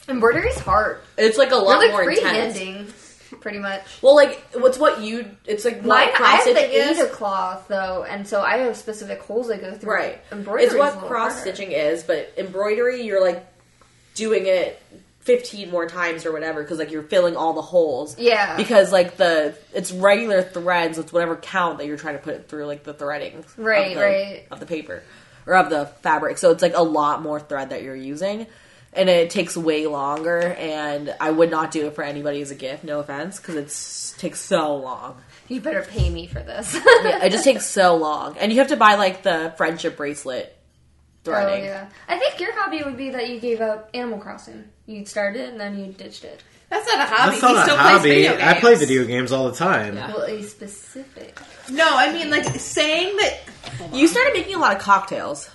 S3: Embroidery's hard.
S2: it's like a lot
S3: They're like
S2: more intense.
S3: freehanding, pretty much.
S2: Well, like what's what you? It's like
S3: Mine,
S2: what
S3: I
S2: cross
S3: have
S2: stitch
S3: the
S2: is.
S3: eider cloth though, and so I have specific holes I go through.
S2: Right.
S3: Embroidery
S2: it's what cross stitching is, but embroidery, you're like doing it 15 more times or whatever because like you're filling all the holes.
S3: Yeah.
S2: Because like the it's regular threads with whatever count that you're trying to put it through like the threading.
S3: Right,
S2: Of the,
S3: right.
S2: Of the paper or of the fabric, so it's like a lot more thread that you're using. And it takes way longer, and I would not do it for anybody as a gift. No offense, because it takes so long.
S3: You better pay me for this.
S2: Yeah, it just takes so long, and you have to buy like the friendship bracelet
S3: Oh
S2: threading.
S3: yeah. I think your hobby would be that you gave up Animal Crossing. You started it and then you ditched it.
S4: That's not a hobby.
S1: That's not
S4: he
S1: a
S4: still
S1: hobby.
S4: plays video
S1: I
S4: games.
S1: play video games all the time.
S2: Yeah.
S3: Well, a specific.
S4: No, I mean like saying that.
S2: You started making a lot of cocktails.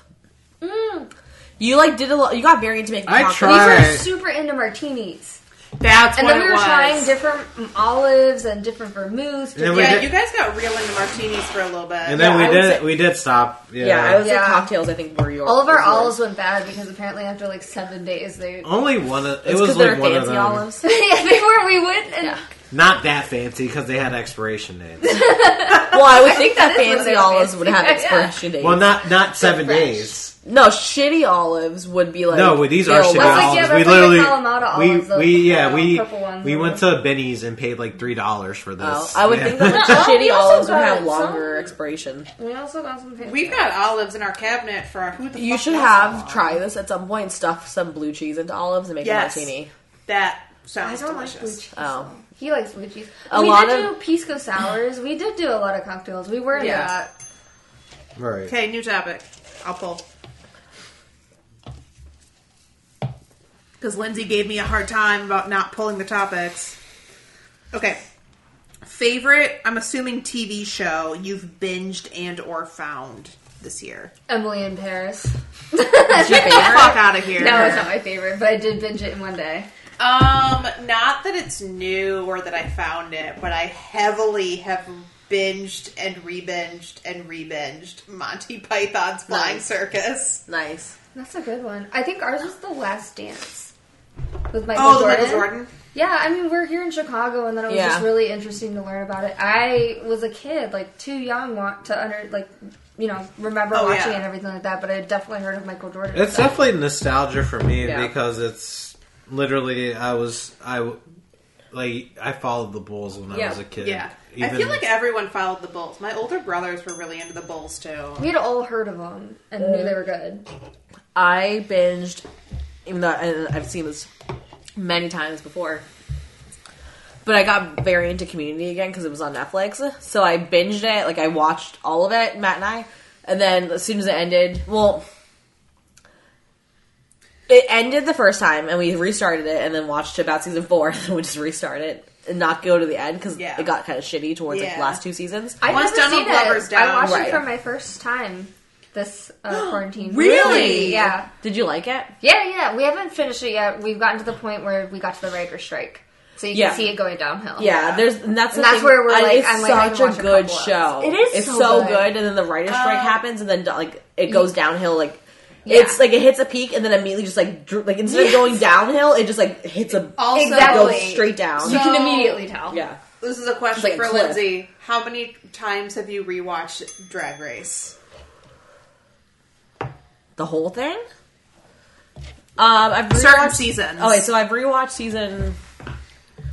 S3: Mm,
S2: You like did a lot. You got very into making.
S1: I
S2: cocktails.
S3: we were
S1: Alright.
S3: super into martinis,
S4: That's
S3: and
S4: what
S3: then we
S4: it
S3: were
S4: was.
S3: trying different mm, olives and different vermouths.
S1: And then we
S4: yeah,
S1: did-
S4: you guys got real into martinis for a little bit.
S1: And then
S2: Yeah, I
S1: we
S2: would
S1: did
S2: say-
S1: we did stop. Yeah.
S2: Yeah, I was like
S3: Yeah.
S2: cocktails. I think were yours.
S3: All of our
S2: was yours.
S3: olives went bad because apparently after like seven days they.
S1: only one. Of, it
S2: It's
S1: was
S2: 'cause they
S1: like
S2: were
S1: one of
S2: fancy
S1: them.
S2: olives.
S3: yeah, they were. We went and
S2: Yeah.
S1: Not that fancy because they had expiration dates.
S2: Well, I would think that
S3: That is what
S2: fancy
S3: they're
S2: olives would
S3: fancy.
S2: have expiration dates.
S1: well, not not seven
S3: fresh.
S1: days.
S2: no, shitty olives would be like.
S1: No, well, these are shitty
S2: ill with-
S3: like, yeah,
S1: olives.
S3: that's
S1: we
S3: like the
S1: literally
S3: Kalamata
S1: we
S3: olives, those
S1: we yeah
S3: little
S1: we
S3: purple ones
S1: we
S3: or
S1: went to Benny's and paid like three dollars for this.
S2: Oh, I would
S1: Yeah.
S2: think that like,
S3: No, we
S2: shitty
S3: also
S2: olives would
S3: got
S2: have
S3: some-
S2: longer expiration.
S3: we also got some. fancy
S4: We've got olives in our cabinet for our. Who the
S2: You
S4: fuck
S2: should
S4: knows?
S2: have try this at some point. Stuff some blue cheese into olives and make
S4: Yes.
S2: a martini.
S4: that.
S3: I
S4: Sounds
S3: don't like blue
S4: delicious.
S3: cheese.
S2: Oh.
S3: He likes blue cheese.
S2: A
S3: we
S2: lot
S3: did
S2: of-
S3: do pisco sours. We did do a lot of cocktails. We were in
S4: Yeah.
S3: that.
S1: Right.
S4: okay, new topic. I'll pull. Because Lindsay gave me a hard time about not pulling the topics. Okay. Favorite, I'm assuming TV show you've binged and or found this year.
S3: Emily in Paris.
S2: Your
S4: Get the
S2: favorite?
S4: fuck out of here.
S3: No, it's not my favorite, but I did binge it in one day.
S4: Um, not that it's new or that I found it, but I heavily have binged and rebinged and rebinged Monty Python's Flying
S2: Nice.
S4: Circus.
S2: Nice.
S3: That's a good one. I think ours was the last dance with Michael
S4: Oh, the
S3: Jordan.
S4: Michael Jordan.
S3: Yeah, I mean we're here in Chicago, and then it was
S2: Yeah.
S3: just really interesting to learn about it. I was a kid, like too young wa- to under like you know remember
S4: Oh,
S3: watching
S4: yeah.
S3: it and everything like that. But I had definitely heard of Michael Jordan.
S1: It's
S3: so-
S1: definitely nostalgia for me
S2: Yeah.
S1: because it's literally I was I w- like I followed the Bulls when I
S2: Yeah.
S1: was a kid.
S4: Yeah. I
S1: Even-
S4: feel like everyone followed the Bulls. My older brothers were really into the Bulls too.
S3: we had all heard of them and knew they were good.
S2: I binged, even though I, I've seen this many times before. But I got very into Community again because it was on Netflix. So I binged it. Like I watched all of it, Matt and I. And then as soon as it ended, well, it ended the first time, and we restarted it, and then watched about season four, and then we just restart it and not go to the end because
S4: Yeah.
S2: it got kind of shitty towards like
S4: Yeah.
S2: the last two seasons.
S3: I never
S4: Once Donald
S3: seen it.
S4: Glover's down.
S3: I watched
S2: Right.
S3: it for my first time this uh, quarantine.
S2: Really?
S3: Yeah.
S2: Did you like it?
S3: Yeah, yeah. We haven't finished it yet. We've gotten to the point where we got to the Riker strike, so you can
S2: Yeah.
S3: see it going downhill.
S2: Yeah, there's and that's the
S3: And that's
S2: thing.
S3: where we're
S2: I-
S3: like,
S2: it's
S3: I'm like, I
S2: such
S3: can watch
S2: a
S3: a
S2: good
S3: couple
S2: show.
S3: episodes. It is
S2: it's
S3: so
S2: so
S3: good. Uh,
S2: good. and then the writer's strike happens, and then like it goes downhill. Like
S3: Yeah.
S2: it's like it hits a peak, and then immediately just like dr- like instead of going downhill, it just like hits a
S3: Oh,
S4: Also-
S2: goes
S3: Exactly.
S2: straight down.
S3: You
S4: So-
S3: can immediately tell.
S2: yeah,
S4: This is a question
S2: Like a
S4: for
S2: clip.
S4: Lindsay. How many times have you rewatched Drag Race?
S2: the whole thing. Um, I've rewatched
S4: Certain seasons.
S2: Okay, so I've rewatched season,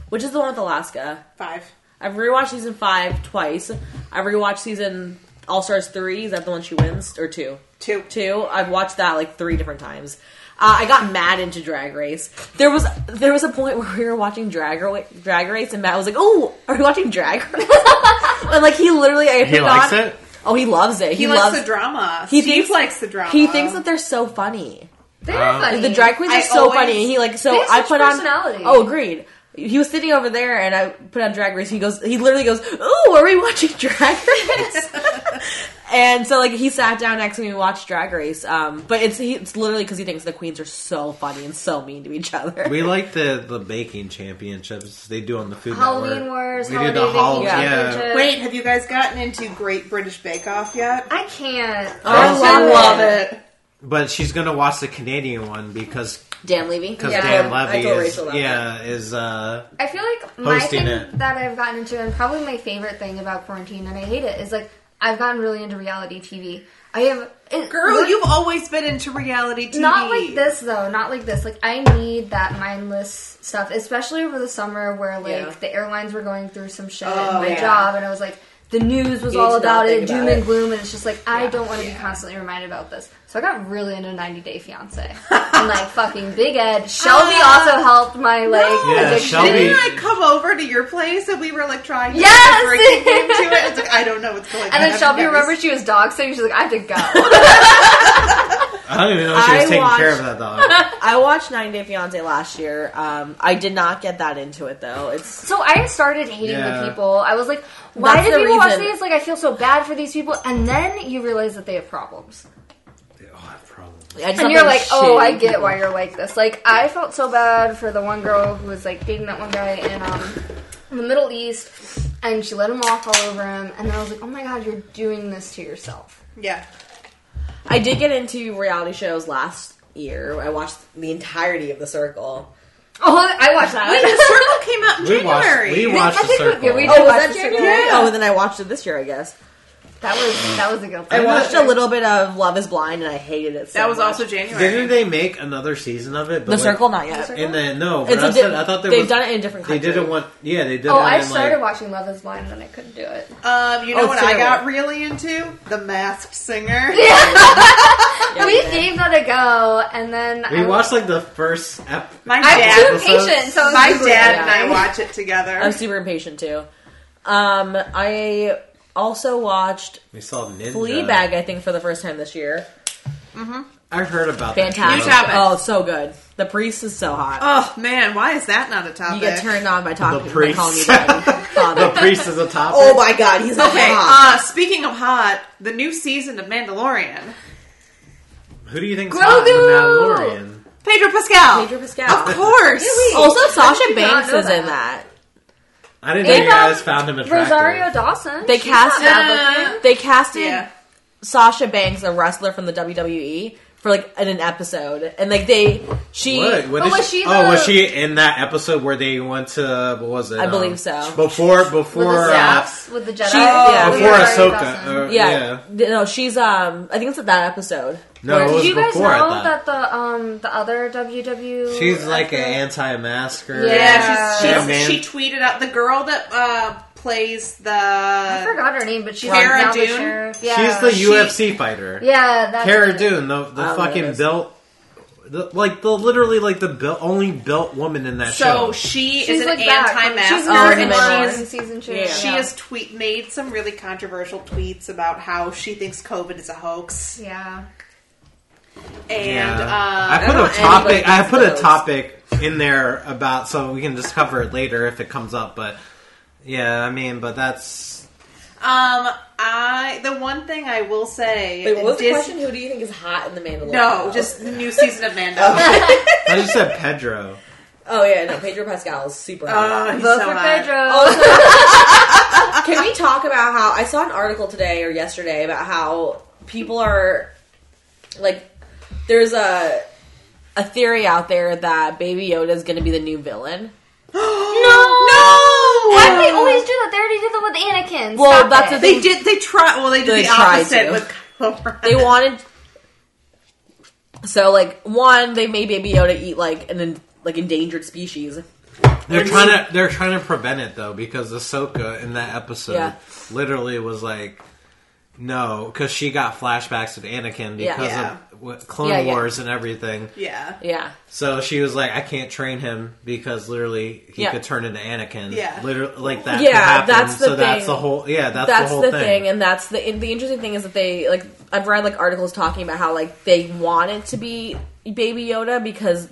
S2: which is the one with Alaska.
S4: Five.
S2: I've rewatched season five twice. I've rewatched season All Stars three. Is that the one she wins or two?
S4: Two.
S2: Two. I've watched that like three different times. Uh, I got mad into Drag Race. There was there was a point where we were watching Drag Ra- Drag Race, and Matt was like, "Oh, are we watching Drag Race?" and like he literally, I
S1: he
S2: put
S1: likes
S2: on-
S1: it.
S2: Oh, he loves it. He,
S4: He, likes
S2: loves.
S4: the drama.
S2: he
S4: Steve
S2: thinks-
S4: likes the drama.
S2: He thinks that they're so funny.
S3: They're
S1: Uh,
S3: funny.
S2: The drag queens are
S4: I
S2: so
S4: always-
S2: funny. He like so
S3: They have
S2: I
S3: such
S2: put on
S3: personality.
S2: Oh, agreed. He was sitting over there, and I put on Drag Race. And he goes, he literally goes, "Ooh, are we watching Drag Race?" and so like he sat down next to me and watched Drag Race. Um, but it's he, it's literally because he thinks the queens are so funny and so mean to each other.
S1: We like the the baking championships they do on the Food
S3: Halloween
S1: Network.
S3: Wars,
S1: We
S3: Holiday
S1: did the Hall-
S3: Baking
S1: yeah.
S3: Championship.
S4: Wait, have you guys gotten into Great British Bake Off yet?
S3: I can't.
S2: Oh, I
S4: I
S2: love
S4: love it.
S1: But she's gonna watch the Canadian one because
S2: Dan Levy,
S1: because
S3: Yeah.
S1: Dan
S2: I
S1: Levy
S2: told
S1: is
S2: Rachel that.
S1: yeah is uh
S3: I feel like my
S1: Hosting
S3: thing
S1: it.
S3: that I've gotten into, and probably my favorite thing about quarantine, and I hate it, is like I've gotten really into reality TV. I have it,
S4: Girl,
S3: look-
S4: you've always been into reality TV.
S3: Not like this though. Not like this. Like I need that mindless stuff, especially over the summer where like
S2: Yeah.
S3: the airlines were going through some shit
S4: Oh,
S3: at my
S4: yeah.
S3: job, and I was like, the news was
S2: You
S3: all
S2: need to not
S3: about it,
S2: think about
S3: doom
S2: it.
S3: and gloom, and it's just like I don't want to
S4: Yeah.
S3: be constantly reminded about this. So I got really into 90 Day Fiance and like fucking Big Ed. Shelby
S4: Ah.
S3: also helped my like
S1: Yeah,
S3: addiction.
S1: Shelby-
S4: Didn't I come over to your place and we were like trying to
S3: Yes!
S4: like, break the game to it? It's like, I don't know what's going on.
S3: And then Shelby
S4: I've never
S3: remembered she was dog sitting. She's like, I have to go.
S1: I don't even know if she
S2: I
S1: was taking care of that
S2: watched-
S1: dog.
S2: I watched 90 Day Fiance last year. Um, I did not get that into it though. It's
S3: so I started hating
S1: Yeah.
S3: the people. I was like, why
S2: That's
S3: did
S2: the
S3: people watch
S2: reason.
S3: these? Like, I feel so bad for these people. And then you realize that they have problems.
S1: They all have problems.
S2: I just
S3: and
S2: have
S3: you're
S2: them
S3: like, oh,
S2: shitty
S3: I get
S2: people.
S3: why you're like this. Like, I felt so bad for the one girl who was like dating that one guy in um, the Middle East, and she let him walk all over him. And then I was like, oh my god, you're doing this to yourself.
S4: Yeah.
S2: I did get into reality shows last year. I watched the entirety of The Circle.
S3: Oh, I watched that.
S4: Wait, the circle came out in
S1: We watched we
S4: January.
S1: watched the
S3: I think we-
S1: circle.
S3: yeah, we
S2: Oh,
S3: did.
S2: was
S3: watch
S2: that
S3: The
S2: January?
S3: Circle.
S2: Oh, then I watched it this year, I guess.
S3: that was that was a guilty.
S2: I
S3: pleasure.
S2: watched a little bit of Love Is Blind, and I hated it. So
S4: that was
S2: much.
S4: also January.
S1: Didn't they make another season of it?
S2: The Circle, not yet.
S3: Circle?
S1: In the no, but
S2: It's
S1: I,
S2: a
S1: said,
S2: di-
S1: I thought there
S2: they've
S1: was,
S2: done it in a different.
S1: They
S2: Country.
S1: didn't want. Yeah, they did.
S3: Oh,
S1: it
S3: I
S1: in,
S3: started
S1: like,
S3: watching Love Is Blind and I couldn't do it.
S4: Um, you know
S2: Oh,
S4: what I
S2: Sarah.
S4: got really into? The Masked Singer.
S2: Yeah,
S3: we
S2: did.
S3: gave that a go, and then
S1: We
S3: I,
S1: watched like the first ep-
S4: My
S3: I'm
S4: dad.
S3: too patient, so
S4: my
S3: it's just
S4: dad
S3: like-
S4: and I watch it together.
S2: I'm super impatient too. Um, I also watched
S1: We saw Ninja.
S2: Fleabag. I think for the first time this year.
S1: I've heard about that.
S2: Fantastic!
S4: New topic.
S2: Oh, so good. The priest is so hot.
S4: oh man, why is that not a topic?
S2: you get turned on by talking.
S1: The
S2: By calling me
S1: priest.
S2: daddy,
S1: The
S2: father.
S1: priest is a topic.
S2: oh my god, he's
S4: Okay.
S2: hot.
S4: Uh, speaking of hot, the new season of Mandalorian.
S1: Who do you think's
S3: Grogu!
S1: hot in Mandalorian?
S4: Pedro Pascal.
S2: Pedro um, Pascal.
S4: Of course. Oh,
S2: Also,
S3: How did
S2: Sasha
S3: you not
S2: Banks
S3: know
S2: is in
S3: that?
S2: that.
S1: I didn't
S3: They
S1: think you guys
S3: found
S1: found him attractive.
S3: Rosario Dawson.
S2: They
S3: She's
S2: cast
S3: not bad
S4: Yeah.
S3: looking.
S2: They casted
S4: Yeah.
S2: Sasha Banks, a wrestler from the WWE, for like in an episode, and like they she
S1: What? What
S3: But
S1: is
S3: was she
S1: oh,
S3: the-
S1: was she in that episode where they went to what was it? Um,
S2: I believe so.
S1: Before
S3: with the
S1: before uh,
S3: staffs, with the Jedi.
S2: She- yeah.
S1: before
S3: Rosario
S1: Ahsoka. uh,
S3: Dawson.
S1: or-
S2: yeah,
S1: yeah.
S2: th- no she's um I think it's at that episode.
S1: No, it
S2: Where-
S1: was
S3: Did you guys
S1: before I
S3: know
S1: thought.
S3: that the um the other WW?
S1: She's like an anti-masker.
S4: Yeah,
S1: Yeah,
S4: she's,
S1: man.
S4: she's, she tweeted out the girl that uh, plays
S3: I
S4: the.
S3: forgot her name, but she's
S4: Cara
S3: now the
S4: Dune?
S3: sheriff. Yeah,
S1: She's the
S4: She-
S1: UFC fighter.
S3: yeah. That's
S1: Cara
S3: it.
S1: Dune, the, the
S2: I don't know who it
S1: fucking
S2: is.
S1: belt, the, like the literally like the belt, only belt woman in that
S4: So
S1: show.
S4: she
S3: She's
S4: is an
S3: like back. She's
S4: anti-mask.
S2: already
S3: in
S2: been
S4: and
S2: on.
S4: she's
S3: season, season two.
S2: Yeah.
S4: She has tweet made some really controversial tweets about how she thinks COVID is a hoax,
S3: Yeah.
S4: and
S1: Yeah.
S4: uh,
S1: I put
S2: don't
S1: a
S2: know
S1: topic.
S2: anybody
S1: I put a
S2: knows.
S1: topic in there about so we can just cover it later if it comes up. But yeah, I mean, but that's
S4: um, I the one thing I will say,
S2: Wait, what was the
S4: Dis-
S2: question? Who do you think is hot in the Mandalorian?
S4: No, just the new season of Mando.
S1: I just said Pedro.
S2: oh yeah, no Pedro Pascal is super hot. Oh.
S4: Oh, he's
S3: Vote
S4: so
S3: for
S4: hot.
S3: Pedro.
S2: Can we talk about how I saw an article today or yesterday about how people are like there's a a theory out there that Baby Yoda is going to be the new villain.
S4: no,
S3: Why do they always do that? They already did that with Anakin.
S2: Well,
S3: Stop
S2: that's
S3: it.
S2: the
S4: They did. They try. Well, they did
S2: They
S4: the
S2: tried
S4: opposite
S2: to.
S4: with Kylo Ren.
S2: They wanted so like one they made Baby Yoda eat like an en- like endangered species.
S1: They're trying to they're trying to prevent it though because Ahsoka in that episode
S2: Yeah.
S1: literally was like no because she got flashbacks with Anakin
S2: Yeah.
S1: because
S4: Yeah.
S1: of what, Clone
S2: Yeah, yeah.
S1: Wars and everything.
S4: Yeah.
S2: Yeah.
S1: So she was like, I can't train him because literally he
S2: Yeah.
S1: could turn into Anakin.
S4: Yeah.
S1: literally like that.
S2: Yeah,
S1: could happen.
S2: that's the
S1: so that's
S2: thing.
S1: the whole. Yeah, that's,
S2: that's
S1: the whole
S2: the
S1: thing.
S2: thing. and that's the and the interesting thing is that they like I've read like articles talking about how like they want it to be Baby Yoda because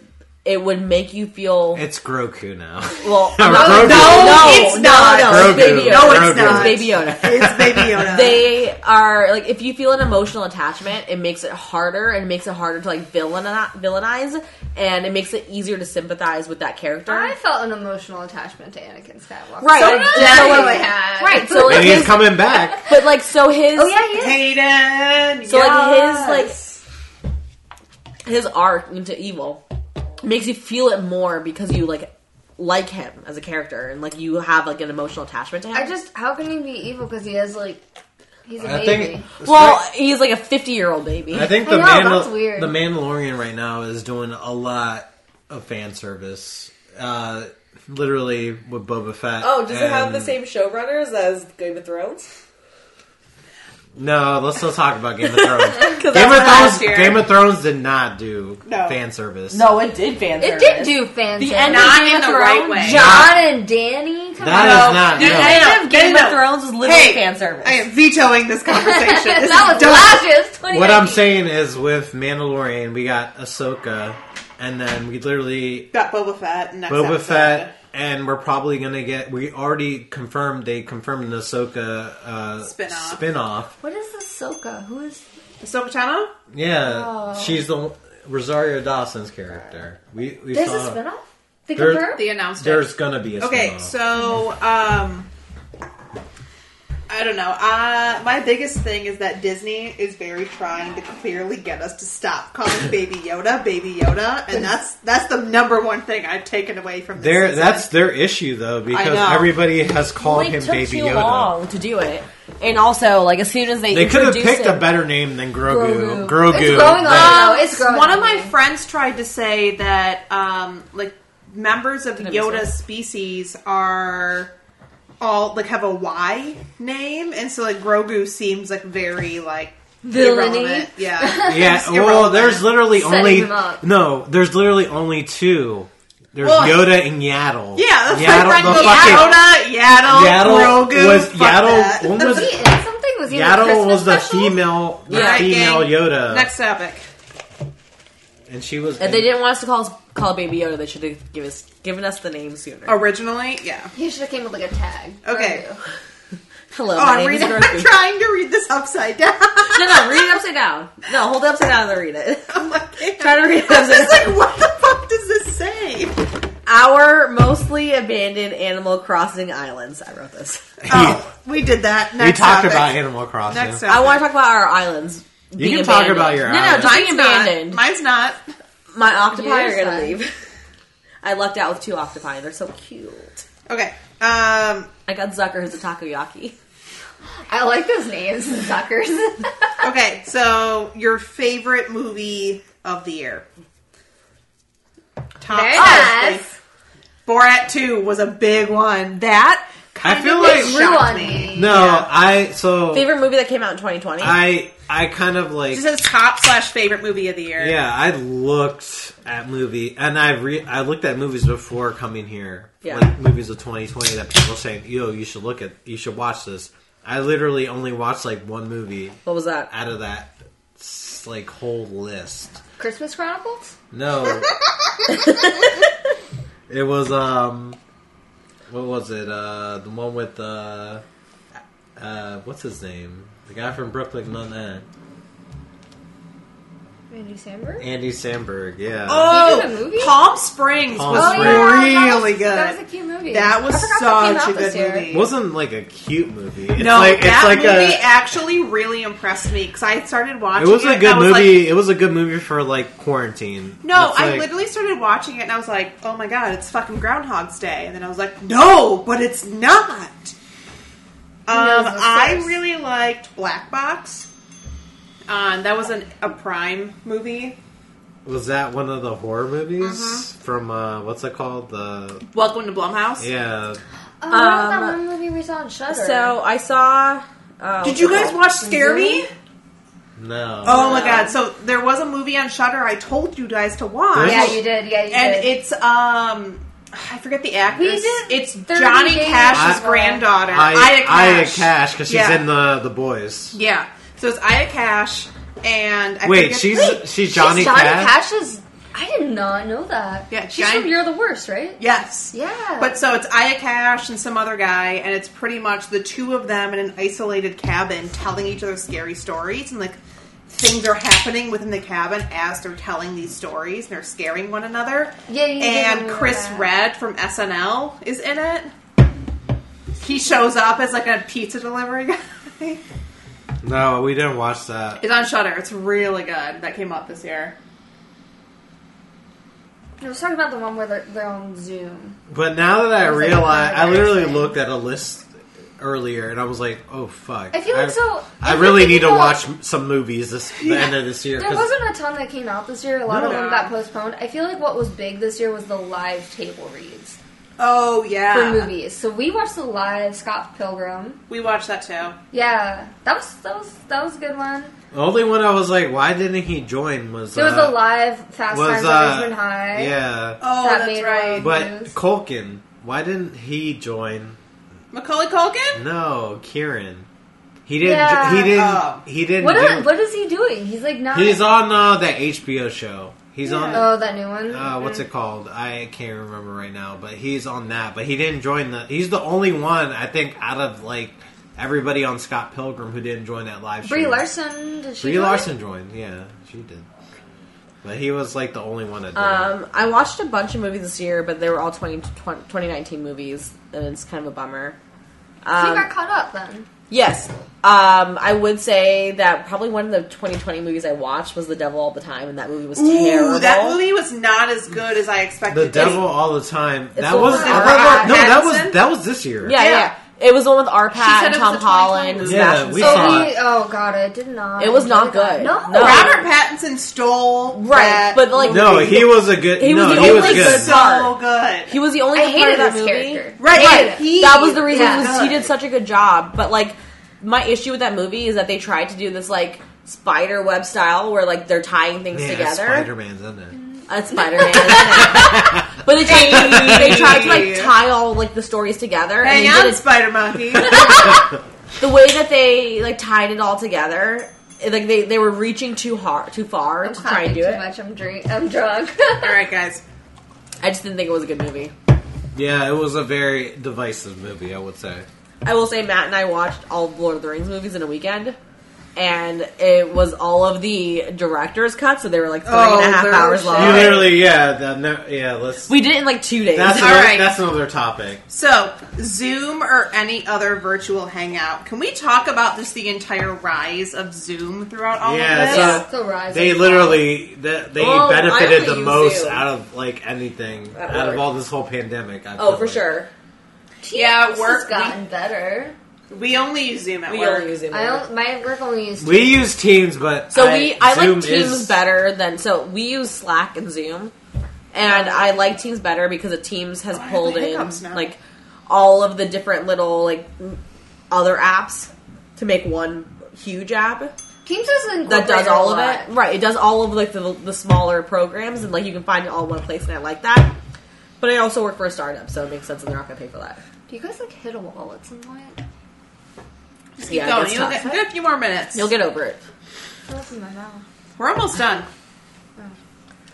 S2: it would make you feel
S1: It's Grogu now.
S2: well.
S1: Or
S2: not-
S1: Grogu.
S2: no,
S4: it's
S2: no,
S4: not.
S2: no,
S1: Grogu.
S2: it's Baby Yoda.
S1: No, it's
S2: It's
S1: not.
S2: Baby Yoda.
S4: It's Baby Yoda.
S2: They are like if you feel an emotional attachment, it makes it harder and it makes it harder to like villain villainize, and it makes it easier to sympathize with that character.
S3: I felt an emotional attachment to Anakin Skywalker.
S2: Right,
S3: So
S2: like,
S3: did
S2: so,
S3: I.
S2: like,
S3: Yeah.
S2: right. So like
S1: and he's
S2: his,
S1: coming back.
S2: but like so his
S3: Oh yeah, he is.
S4: Hayden.
S2: So, like, his, like-
S4: yes.
S2: his arc into evil makes you feel it more because you like like him as a character and like you have like an emotional attachment to him.
S3: I just how can he be evil? Because he has like he's a
S1: I
S3: baby.
S1: think.
S2: well, he's like a fifty year old baby.
S1: I think
S3: I
S1: the
S3: know,
S1: Mandal-
S3: that's weird.
S1: the Mandalorian right now is doing a lot of fan service. Uh, literally with Boba Fett.
S2: Oh,
S1: and-
S2: showrunners as Game of Thrones?
S1: No, let's still talk about Game of Thrones. Game
S2: that's
S1: of
S2: what
S1: Thrones.
S4: last year.
S1: Game of Thrones did not do
S4: No.
S1: fan service.
S2: No, it did fan.
S3: it did do fan
S2: The
S3: service.
S2: end
S4: Not
S2: of Game
S4: in
S2: of
S4: the
S2: Thrones.
S4: right way.
S3: John and Danny. Come
S1: That
S3: on.
S1: is
S4: No,
S1: not.
S4: no,
S1: no.
S2: The end of
S4: No, no,
S2: Game
S4: no.
S2: of Thrones is literally
S4: Hey,
S2: fan service.
S4: I am vetoing this conversation. This
S3: that
S4: is
S3: was
S4: dumb.
S3: last year. It's 2019.
S1: What I'm saying is, with Mandalorian, we got Ahsoka, and then we literally
S4: Got Boba Fett. Next
S1: Boba
S4: episode.
S1: Fett, and we're probably gonna get. We already confirmed they confirmed an Ahsoka uh,
S4: Spin-off.
S1: spin-off.
S3: What is Ahsoka? Who is?
S4: Ahsoka Tano?
S1: Yeah,
S3: Oh.
S1: she's the Rosario Dawson's character. We, we
S3: There's
S1: saw
S3: a spinoff. They
S1: There's-
S3: confirmed.
S4: They announced it.
S1: there's gonna be a
S4: Okay,
S1: spinoff.
S4: so um, I don't know. Uh, my biggest thing is that Disney is very trying to clearly get us to stop calling Baby Yoda Baby Yoda, and that's that's the number one thing I've taken away from this.
S1: There,
S4: season.
S1: that's their issue though, because
S4: know.
S1: everybody has called
S2: Well, it
S1: him
S2: took
S1: Baby
S2: too
S1: Yoda.
S2: long to do it, and also like as soon as they
S1: They could have
S2: introduced
S1: picked
S2: him,
S1: a better name than Grogu.
S2: Grogu.
S1: Grogu.
S3: It's growing
S1: than-
S3: on. No, Oh, it's growing
S4: Um, One of
S3: on
S4: my
S3: me.
S4: friends tried to say that um, like members of
S2: Did I miss
S4: Yoda
S2: it?
S4: species are all like have a Y name, and so like Grogu seems like very like
S3: Villainy.
S4: irrelevant. Yeah,
S1: Yeah,
S4: It's
S1: well,
S4: irrelevant.
S1: there's literally
S3: Setting
S1: only
S3: him up.
S1: no. There's literally only two. There's
S4: Well,
S1: Yoda and Yaddle.
S4: Yeah, that's
S1: Yaddle,
S4: my friend
S1: the
S4: goes,
S1: fucking
S4: Yaddle, Yaddle,
S1: Yaddle
S4: Grogu,
S1: was
S4: fuck that.
S1: Yaddle. When
S3: Was
S1: was
S3: he in something? Was he in a
S1: Yaddle
S3: Christmas
S1: was the
S3: special?
S1: female, the
S2: Yeah.
S1: female
S4: Gang.
S1: Yoda,
S4: Next topic.
S1: and she was.
S2: and they didn't want us to call call Baby Yoda. They should have given us given us the name sooner.
S4: Originally, yeah.
S3: He should have came with like a tag.
S4: Okay.
S3: Grogu.
S2: Hello,
S4: Oh,
S2: my
S4: I'm
S2: name is
S4: reading. I'm
S2: Grogu.
S4: trying to read this upside down.
S2: No, no, read it upside down. No, hold it upside down and then read it.
S4: I'm like,
S2: Try to read it
S4: I'm
S2: upside
S4: just
S2: down.
S4: Oh, like, what the fuck does this say?
S2: Our mostly Empty, abandoned Animal Crossing islands. I wrote this.
S4: Oh, we did that.
S1: we
S4: Next
S1: talked
S4: topic.
S1: about Animal Crossing.
S4: Next
S2: I want to talk about our islands.
S1: You can talk about your
S2: no,
S1: islands.
S2: No, just being
S4: Mine's not.
S2: abandoned.
S4: Mine's not.
S2: My octopi
S3: Yours
S2: are gonna
S3: not.
S2: leave. I lucked out with two octopi. They're so cute.
S4: Okay. Um,
S2: I got Zucker who's a takoyaki.
S3: I like those names, suckers.
S4: okay, so your favorite movie of the year? Top
S3: Very
S4: honestly,
S3: nice.
S4: Borat 2 was a big one. That kind
S1: I feel
S4: of
S1: like-
S4: shocked
S3: Grew on
S4: me.
S3: me.
S1: No,
S4: Yeah.
S1: I so
S2: Favorite movie that came out in 2020.
S1: I I kind of like
S4: This is top slash favorite movie of the year.
S1: yeah. I looked at movie and I re I looked at movies before coming here.
S2: Yeah.
S1: like movies of 2020 that people saying yo you should look at you should watch this. I literally only watched like one movie
S2: what was that?
S1: out of that s- like whole list.
S3: Christmas Chronicles?
S1: No. it was um what was it? Uh the one with uh uh what's his name? The guy from Brooklyn Nine Nine.
S3: Andy Samberg?
S1: Andy Samberg, yeah.
S4: Oh,
S3: He did a movie?
S4: Palm Springs
S1: Palm
S4: was
S1: Oh, Springs.
S3: that was-
S4: really good.
S3: That was a cute movie.
S4: That was
S3: I forgot that came
S4: such
S3: out
S4: a good
S3: this year.
S1: It
S4: movie.
S1: wasn't like a cute movie. It's
S4: no,
S1: like
S4: that
S1: it's like
S4: movie
S1: a
S4: actually really impressed me because I started watching
S1: it was
S4: it
S1: a
S4: and
S1: good
S4: I was like,
S1: movie. it was a good movie for like quarantine.
S4: No,
S1: It's
S4: I
S1: like-
S4: literally started watching it and I was like, oh my god, it's fucking Groundhog's Day. And then I was like, no, but it's not. Um,
S3: knows what's
S4: I
S3: next?
S4: really liked Black Box. Um, that was an, a Prime movie.
S1: was that one of the horror movies from uh what's it called? The
S4: Welcome to Blumhouse.
S1: yeah.
S3: Oh, what was that one
S2: Um,
S3: movie we saw on Shudder?
S2: So I saw. Uh,
S4: Did you guys watch Scare Me?
S1: No.
S4: Oh my god! So there was a movie on Shutter. I told you guys to watch.
S3: yeah, you did. Yeah, you
S4: and
S3: did.
S4: it's um, I forget the actress.
S3: We did
S4: it's
S3: 30
S4: Johnny
S3: Days
S4: Cash's
S1: I-
S4: granddaughter,
S1: I Aya
S4: Aya Cash.
S1: Cash because she's
S4: Yeah.
S1: in the the boys.
S4: Yeah. So it's Aya Cash and I
S1: Wait,
S4: forget-
S1: she's she's
S3: She's
S1: Johnny, Cash.
S3: Cash's. I did not know that.
S4: Yeah,
S3: she's
S4: Johnny-
S3: from You're the Worst, right?
S4: yes.
S3: Yeah.
S4: But so it's Aya Cash and some other guy, and it's pretty much the two of them in an isolated cabin telling each other scary stories, and like things are happening within the cabin as they're telling these stories, and they're scaring one another.
S3: Yeah, you did
S4: And
S3: remember
S4: Chris
S3: that.
S4: Red from SNL is in it. He shows up as like a pizza delivery guy.
S1: No, we didn't watch that.
S4: it's on Shutter. It's really good. That came up this year.
S3: I was talking about the one where they're, they're on Zoom.
S1: But now that I
S3: It was like a
S1: realize, I
S3: Friday
S1: literally
S3: thing.
S1: looked at a list earlier and I was like, oh fuck.
S3: I feel like so-
S1: I
S3: if
S1: really
S3: you
S1: need to
S3: think
S1: watch
S3: about-
S1: some movies this the end of this year.
S3: There
S1: 'cause-
S3: wasn't a ton that came out this year. A lot of
S4: No.
S3: them got postponed. I feel like what was big this year was the live table reads
S4: Oh
S3: for
S4: yeah,
S3: movies. So we watched the live Scott Pilgrim.
S4: we watched that too.
S3: Yeah, that was that was that was a good one.
S1: the only one I was like, why didn't he join? Was
S3: There was
S1: uh,
S3: a live Fast
S1: was
S3: Times
S1: uh,
S3: at Ridgemont High.
S1: yeah.
S4: Oh,
S3: That
S4: that's
S3: made
S4: right.
S3: him-
S1: But
S3: news.
S1: Culkin, why didn't he join?
S4: Macaulay Culkin?
S1: No, Kieran. He didn't.
S3: Yeah.
S1: jo- He didn't.
S4: Oh.
S1: He didn't.
S3: What
S1: do-
S3: are, what is he doing? He's like not.
S1: He's on uh, that HBO show. He's on
S3: oh, that new one.
S1: uh, what's it called? I can't remember right now, but he's on that. But he didn't join the. He's the only one I think out of like everybody on Scott Pilgrim who didn't join that live.
S3: Brie
S1: show.
S3: Larson. Did she?
S1: Brie
S3: do it?
S1: Larson joined. Yeah, she did. But he was like the only one that. Joined.
S2: Um, I watched a bunch of movies this year, but they were all 20, 20 2019 movies, and it's kind of a bummer.
S3: So you
S2: Um,
S3: got caught up then.
S2: yes, um, I would say that probably one of the 2020 movies I watched was The Devil All the Time, and that movie was terrible.
S4: Ooh, that movie was not as good as I expected.
S1: the devil all the time. That
S2: the
S1: was
S2: one
S1: no, that
S2: with
S1: was- no, that
S4: Pattinson?
S1: was that was this year.
S2: Yeah,
S4: Yeah.
S2: yeah, It was the one with R. Pat
S4: said
S2: and
S4: it was
S2: Tom
S4: a 2020
S2: Holland. and
S1: movie. Yeah,
S2: Sebastian
S1: we
S2: Stan.
S1: saw
S3: oh,
S1: it.
S3: we- oh god, it did not.
S2: It was not
S3: did
S2: good.
S3: No,
S2: No.
S4: Robert Pattinson stole
S2: Right,
S4: that
S2: but, like-
S1: No, he was a good.
S2: He was
S1: no,
S2: the
S1: he was
S2: only
S1: good.
S2: good-
S4: so good.
S2: He was the only
S3: I
S2: good part
S3: hated
S2: of that
S3: his
S2: movie.
S3: character.
S4: right,
S3: Hated
S4: right.
S3: it.
S4: He,
S2: that was the reason
S3: Yeah.
S2: he, was- he did such a good job. But like, my issue with that movie is that they tried to do this like spider web style where like they're tying things
S1: Yeah,
S2: together.
S1: Spider Man's in it.
S2: That's Spider Man. but they tried, they tried to like tie all like the stories together. and
S4: Hang
S2: they
S4: on,
S2: did it-
S4: Spider Monkey.
S2: the way that they like tied it all together, it- like they, they were reaching too hard, too far
S3: I'm
S2: to try and
S3: too
S2: do it.
S3: much. I'm drink. I'm drunk.
S4: All right, guys.
S2: I just didn't think it was a good movie.
S1: Yeah, it was a very divisive movie. I would say.
S2: I will say Matt and I watched all of Lord of the Rings movies in a weekend. and it was all of the director's cut, so they were like three and a
S4: Oh,
S2: half
S4: they're-
S2: hours long.
S4: You
S1: You literally, yeah, that, no, yeah. Let's.
S2: we did it in like two days.
S1: that's
S4: All
S1: another,
S4: right.
S1: that's another topic.
S4: So, Zoom or any other virtual hangout. Can we talk about just the entire rise of Zoom throughout all
S1: Yeah,
S4: of this?
S1: so-
S3: The rise.
S1: They
S3: of-
S1: literally they, they
S2: Well, I
S1: benefited the
S2: use
S1: most
S2: Zoom.
S1: out of like anything
S2: At
S1: out of
S2: work.
S1: all this whole pandemic. I
S2: oh,
S1: feel
S2: for
S1: like.
S2: sure.
S4: Yeah,
S3: This has
S4: work-
S3: gotten better.
S4: We only use Zoom at
S2: We
S4: work.
S2: only use it.
S3: I don't. My work only used.
S1: We use Teams, but
S2: So we, I
S1: Zoom
S2: like Teams
S1: is-
S2: better than so we use Slack and Zoom, and I like Teams better because the Teams has
S4: I have
S2: pulled
S4: the
S2: in
S4: hiccups now.
S2: like all of the different little like m- other apps to make one huge app
S3: Teams doesn't.
S2: that does all of it. Right, it does all of like the, the smaller programs and like you can find it all in one place, and I like that. But I also work for a startup, so it makes sense that they're not going to pay for that.
S3: Do you guys like hit a wall at some point?
S4: Just keep
S2: Yeah,
S4: going.
S2: it's
S4: You'll
S2: tough.
S4: get, get a few more minutes.
S2: You'll get over it.
S3: Fill up in my mouth.
S4: We're almost done.
S3: Oh.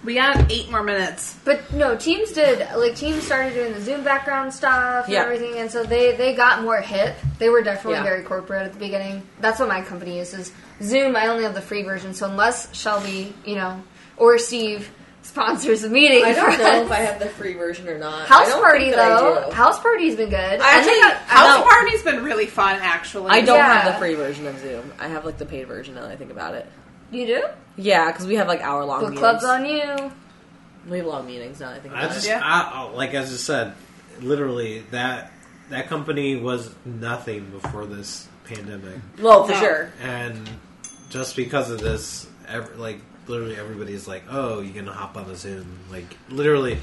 S4: We got eight more minutes.
S3: But no, teams did like teams started doing the Zoom background stuff
S2: Yeah.
S3: and everything, and so they they got more hip. They were definitely
S2: Yeah.
S3: very corporate at the beginning. That's what my company uses. Zoom, I only have the free version, so unless Shelby, you know, or Steve sponsors a meeting, for us-
S2: have the free version or not.
S3: House party though. House party's been good. And they
S2: actually-
S3: got-
S4: House
S2: know.
S4: party's been really fun, actually.
S2: I don't
S3: Yeah.
S2: have the free version of Zoom. I have like the paid version now that I think about it.
S3: you do
S2: Yeah, because we have like hour long
S3: book
S2: meetings.
S3: clubs on you.
S2: We have long meetings now that I think
S1: I
S2: about
S1: just,
S2: it.
S4: Yeah.
S1: I, I- like as I said, literally that that company was nothing before this pandemic,
S2: Well, for
S4: No.
S2: sure.
S1: and just because of this, ev like literally everybody's like, "Oh, you're gonna hop on a Zoom." Like literally,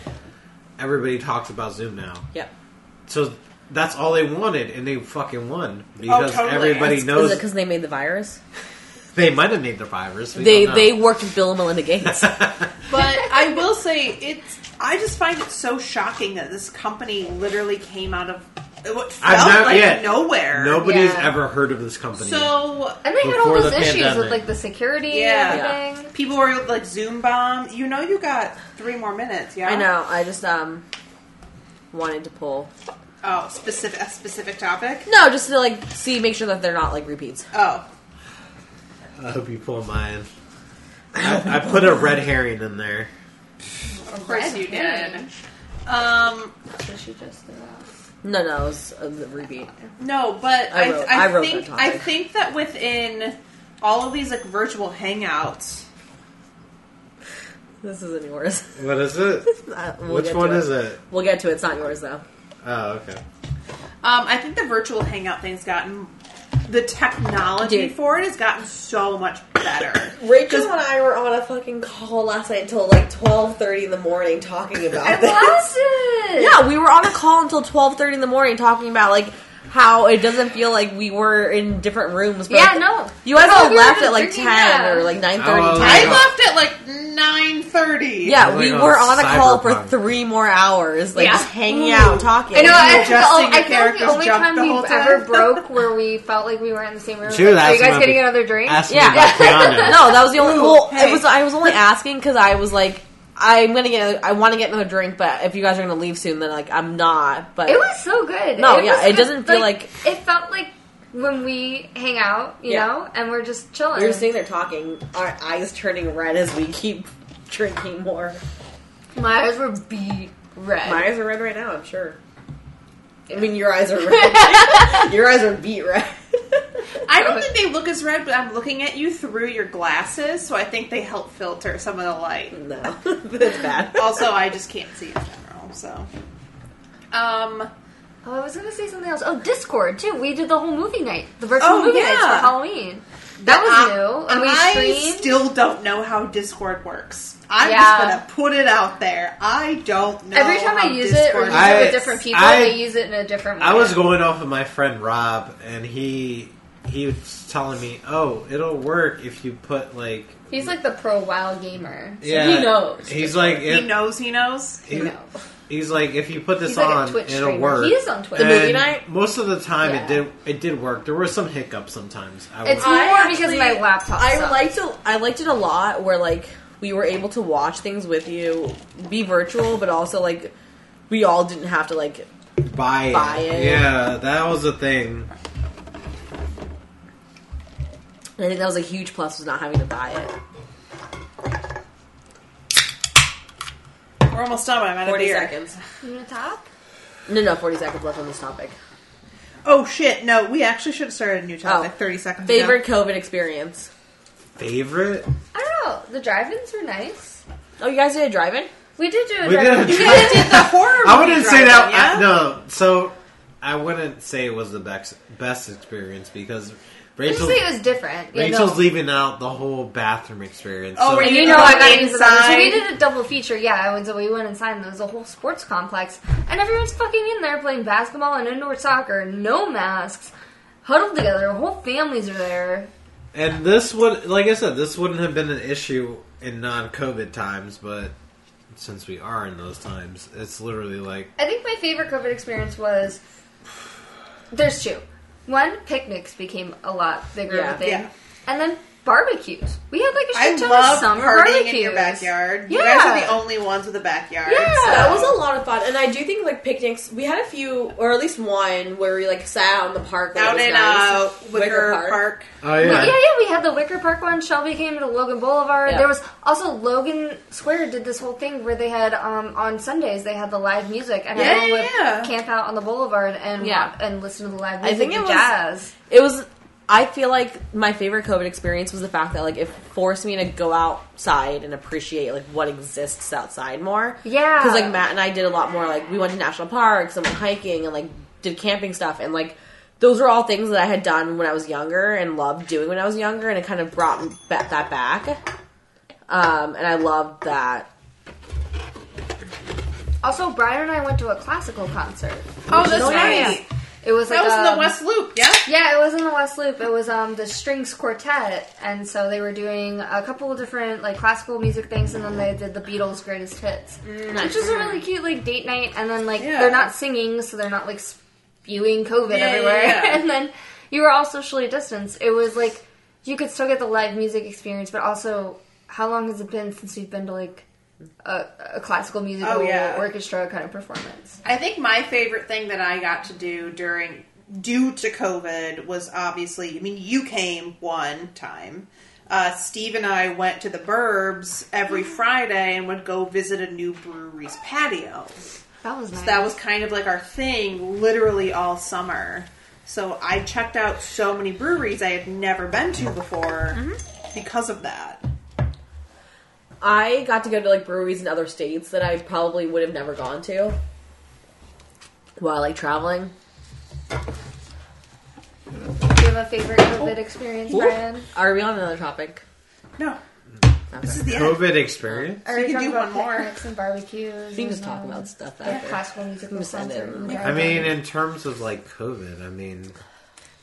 S1: everybody talks about Zoom now.
S2: Yep.
S1: So that's all they wanted, and they fucking won because
S4: totally.
S1: everybody
S2: Was
S4: It's-
S1: knows
S2: Oh, it because they made the virus?
S1: they might have made the virus. we
S2: They
S1: don't know.
S2: they worked with Bill and Melinda Gates.
S4: But I will say it's. I just find it so shocking that this company literally came out of what
S1: I've
S4: felt
S1: not-
S4: like
S1: yeah.
S4: nowhere.
S1: nobody's
S3: Yeah.
S1: ever heard of this company.
S4: So
S3: And they had all
S1: Before
S3: those
S1: the
S3: issues
S1: pandemic.
S3: with like the security
S4: Yeah.
S3: and
S2: Yeah.
S3: everything.
S4: people were like Zoom bomb. You know, you got three more minutes. Yeah,
S2: I know. I just um wanted to pull.
S4: Oh, specific a specific topic.
S2: No, just to like see, make sure that they're not like repeats.
S4: Oh,
S1: I hope you pull mine. I, I put a red herring in there.
S4: of course you did.
S3: herring.
S4: Um,
S3: So she just uh, threw out.
S2: No, no, it was a repeat.
S4: No, but
S2: I
S4: I,
S2: wrote-
S4: I,
S2: I wrote
S4: think
S2: that
S4: I
S2: topic.
S4: think that within all of these like virtual hangouts,
S2: This isn't yours.
S1: What is it?
S2: Uh, we'll
S1: Which
S2: get to
S1: one is it?
S2: We'll get to it. It's not yours though.
S1: Oh, okay.
S4: um, I think the virtual hangout thing's gotten the technology
S2: Dude.
S4: for it has gotten so much better.
S2: Rachel and I were on a fucking call last night until like twelve thirty in the morning talking
S3: I
S2: about
S3: lost it.
S2: Yeah, we were on a call until twelve thirty in the morning talking about like how it doesn't feel like we were in different rooms. But,
S3: Yeah,
S2: like,
S3: no.
S2: you guys
S3: No,
S2: all
S3: we were
S2: left
S3: just
S2: at like
S3: drinking,
S2: ten
S3: yeah.
S2: or like nine thirty.
S1: Oh,
S4: I
S1: yeah.
S4: left at like nine thirty.
S2: yeah,
S1: We're
S2: we
S1: like
S2: were
S1: on
S2: on a call for
S1: Cyberpunk.
S2: three more hours, like
S3: Yeah.
S2: just hanging out, talking.
S3: I know. I, feel like the- I feel
S4: adjusting your
S3: like the
S4: character's
S3: only
S4: jump
S3: time
S4: the
S3: we
S4: whole
S3: have
S4: time.
S3: ever broke where we felt like we were in the same room.
S1: She was
S3: Like, Are you
S1: asking
S3: guys
S1: about
S3: getting
S1: the-
S3: another drink?
S1: Ask me
S2: Yeah.
S1: about Keanu.
S2: no, that was the only.
S4: Ooh,
S2: Well,
S4: hey.
S2: it was. I was only asking because I was like, I'm gonna get. another- I want to get another drink, but if you guys are gonna leave soon, then like I'm not. But
S3: It was so good.
S2: No, yeah,
S3: was
S2: it
S3: good.
S2: doesn't feel
S3: it felt like when we hang out, you
S2: Yeah.
S3: know, and we're just chilling.
S2: we were sitting there talking, our eyes turning red as we keep drinking more.
S3: My eyes were beat red.
S2: My eyes are red right now, I'm sure. I mean, your eyes are red. your eyes are beat red.
S4: I don't think they look as red, but I'm looking at you through your glasses, so I think they help filter some of the light.
S2: no, that's bad.
S4: Also, I just can't see in general, so. Um,
S3: oh, I was gonna say something else. Oh, Discord too. We did the whole movie night, the virtual
S4: Oh,
S3: movie
S4: yeah.
S3: nights for Halloween. That was new, and we
S4: uh, I
S3: streamed.
S4: still don't know how Discord works. I'm
S3: Yeah.
S4: just gonna put it out there. I don't know.
S3: Every time I
S4: how
S3: use it or
S4: um, Discord
S3: use
S1: I-
S3: it with different people,
S1: I-
S3: they use it in a different way.
S1: I was going off of my friend Rob, and he he was telling me, "Oh, it'll work if you put like."
S3: He's like the pro WoW gamer. So
S1: Yeah,
S3: he knows.
S1: He's like,
S4: he
S1: it-
S4: knows. He knows.
S3: He
S1: he-
S3: knows.
S1: he's like, if you put this
S3: He's like a
S1: on,
S3: Twitch
S1: it'll
S3: streamer.
S1: work.
S3: He is on Twitch.
S2: The movie
S1: And
S2: night?
S1: Most of the time,
S3: Yeah.
S1: it did it did work. There were some hiccups sometimes. I
S3: It's
S1: will-
S3: more
S2: I
S3: because
S2: actually-
S3: my laptop.
S2: I
S3: sucked.
S2: liked it. I liked it a lot. Where like we were able to watch things with you, be virtual, but also like we all didn't have to like.
S1: buy it.
S2: buy it.
S1: Yeah, that was the thing.
S2: And I think that was a huge plus was not having to buy it.
S4: We're almost done. I'm out of
S2: Forty
S4: beer.
S2: seconds.
S3: You want to talk?
S2: No, no, forty seconds left on this topic.
S4: Oh shit! No, we actually should have started a new topic.
S2: Oh.
S4: Thirty seconds. ago.
S2: Favorite COVID experience?
S1: Favorite?
S3: I don't know. The drive-ins were nice.
S2: Oh, you guys did a drive-in?
S3: We did do a
S1: We did a
S3: drive-in.
S1: drive-in.
S3: You guys did
S4: The horror.
S1: I
S4: movie
S1: wouldn't say
S4: drive-in,
S1: that. I-
S4: Yeah?
S1: no, so I wouldn't say it was the best best experience because Rachel
S3: Honestly, it was different. You
S1: Rachel's
S3: know.
S1: leaving out the whole bathroom experience.
S4: Oh,
S1: so-
S4: were
S3: And
S4: You
S3: you
S4: did
S3: know, I
S4: the
S3: got into
S4: inside.
S3: the So we did a double feature, yeah. And so we went inside, and there was a whole sports complex, and everyone's fucking in there playing basketball and indoor soccer, no masks, huddled together. Whole families are there.
S1: And this would, like I said, this wouldn't have been an issue in non-COVID times, but since we are in those times, it's literally like
S3: I think my favorite COVID experience was there's two. One, picnics became a lot bigger of
S2: Yeah.
S3: a thing,
S4: Yeah.
S3: and then barbecues. We had like a
S4: I
S3: shit ton of
S4: love
S3: summer
S4: partying
S3: barbecues
S4: in your backyard. You
S3: Yeah.
S4: guys are the only ones with a backyard.
S3: Yeah.
S4: so-
S2: That was a lot of fun, and I do think like picnics. We had a few, or at least one, where we like sat out in the park. and it
S4: out
S2: was
S4: in
S2: nice.
S4: uh, Wicker, Park.
S1: oh
S3: Yeah,
S1: yeah,
S3: yeah, we had the Wicker Park one. Shelby came to Logan Boulevard.
S2: Yeah.
S3: There was also Logan Square did this whole thing where they had um, on Sundays they had the live music and
S4: Yeah,
S3: everyone would
S4: yeah.
S3: camp out on the boulevard and
S2: Yeah.
S3: and listen to the live
S2: I
S3: music
S2: think it
S3: and
S2: was-
S3: jazz.
S2: It was. I feel like my favorite COVID experience was the fact that like it forced me to go outside and appreciate like what exists outside more.
S3: Yeah.
S2: because like Matt and I did a lot more. Like we went to national parks and went hiking and like did camping stuff and like those were all things that I had done when I was younger and loved doing when I was younger and it kind of brought me ba- that back. Um, and I loved that.
S3: Also, Brian and I went to a classical concert.
S4: Oh, that's
S2: Oh, yeah.
S4: right.
S3: It was
S4: That
S3: like
S4: was in
S3: um,
S4: the West Loop. Yeah.
S3: Yeah, it was in the West Loop. It was um the Strings Quartet, and so they were doing a couple of different like classical music things, and then they did the Beatles' greatest hits, which is a really cute like date night. And then like
S4: Yeah.
S3: they're not singing, so they're not like spewing COVID
S4: Yeah,
S3: everywhere.
S4: yeah, yeah.
S3: and then you were all socially distanced. It was like you could still get the live music experience, but also how long has it been since we've been to like a, a classical musical
S4: Oh, yeah.
S3: orchestra kind of performance?
S4: I think my favorite thing that I got to do during due to COVID was obviously I mean you came one time. Uh, Steve and I went to the Burbs every Friday and would go visit a new brewery's patio.
S3: That was nice.
S4: That was kind of like our thing literally all summer. So I checked out so many breweries I had never been to before because of that.
S2: I got to go to like breweries in other states that I probably would have never gone to while like traveling.
S3: Do you have a favorite
S4: Oh,
S3: COVID experience, Brian?
S2: Are we on another topic?
S4: No. This is the end.
S1: COVID experience.
S3: Or
S4: We
S3: you
S4: can
S3: talking
S4: do
S3: about
S4: one more.
S3: picnics and barbecues.
S2: We can
S3: and,
S2: just talk
S3: um,
S2: about stuff
S3: yeah,
S2: after.
S3: classical music.
S2: just end it and
S1: I mean, in terms of like COVID, I mean,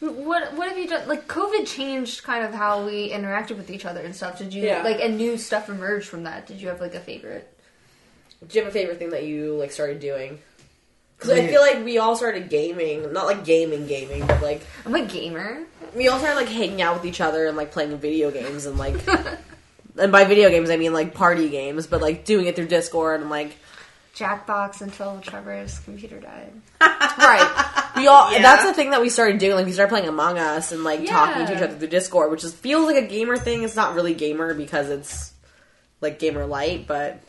S3: what what have you done? Like, COVID changed kind of how we interacted with each other and stuff. Did you
S2: Yeah.
S3: like, and new stuff emerged from that? Did you have like a favorite?
S2: Do you have a favorite thing that you like started doing? Because I feel like we all started gaming, not like gaming, gaming, but like
S3: I'm a gamer.
S2: we all started like hanging out with each other and like playing video games and like, and by video games I mean like party games, but like doing it through Discord and like
S3: Jackbox until Trevor's computer died.
S2: right. We all
S4: Yeah.
S2: that's the thing that we started doing. Like we started playing Among Us and like talking to
S3: Yeah.
S2: each other through Discord, which is feels like a gamer thing. It's not really gamer because it's like gamer light, but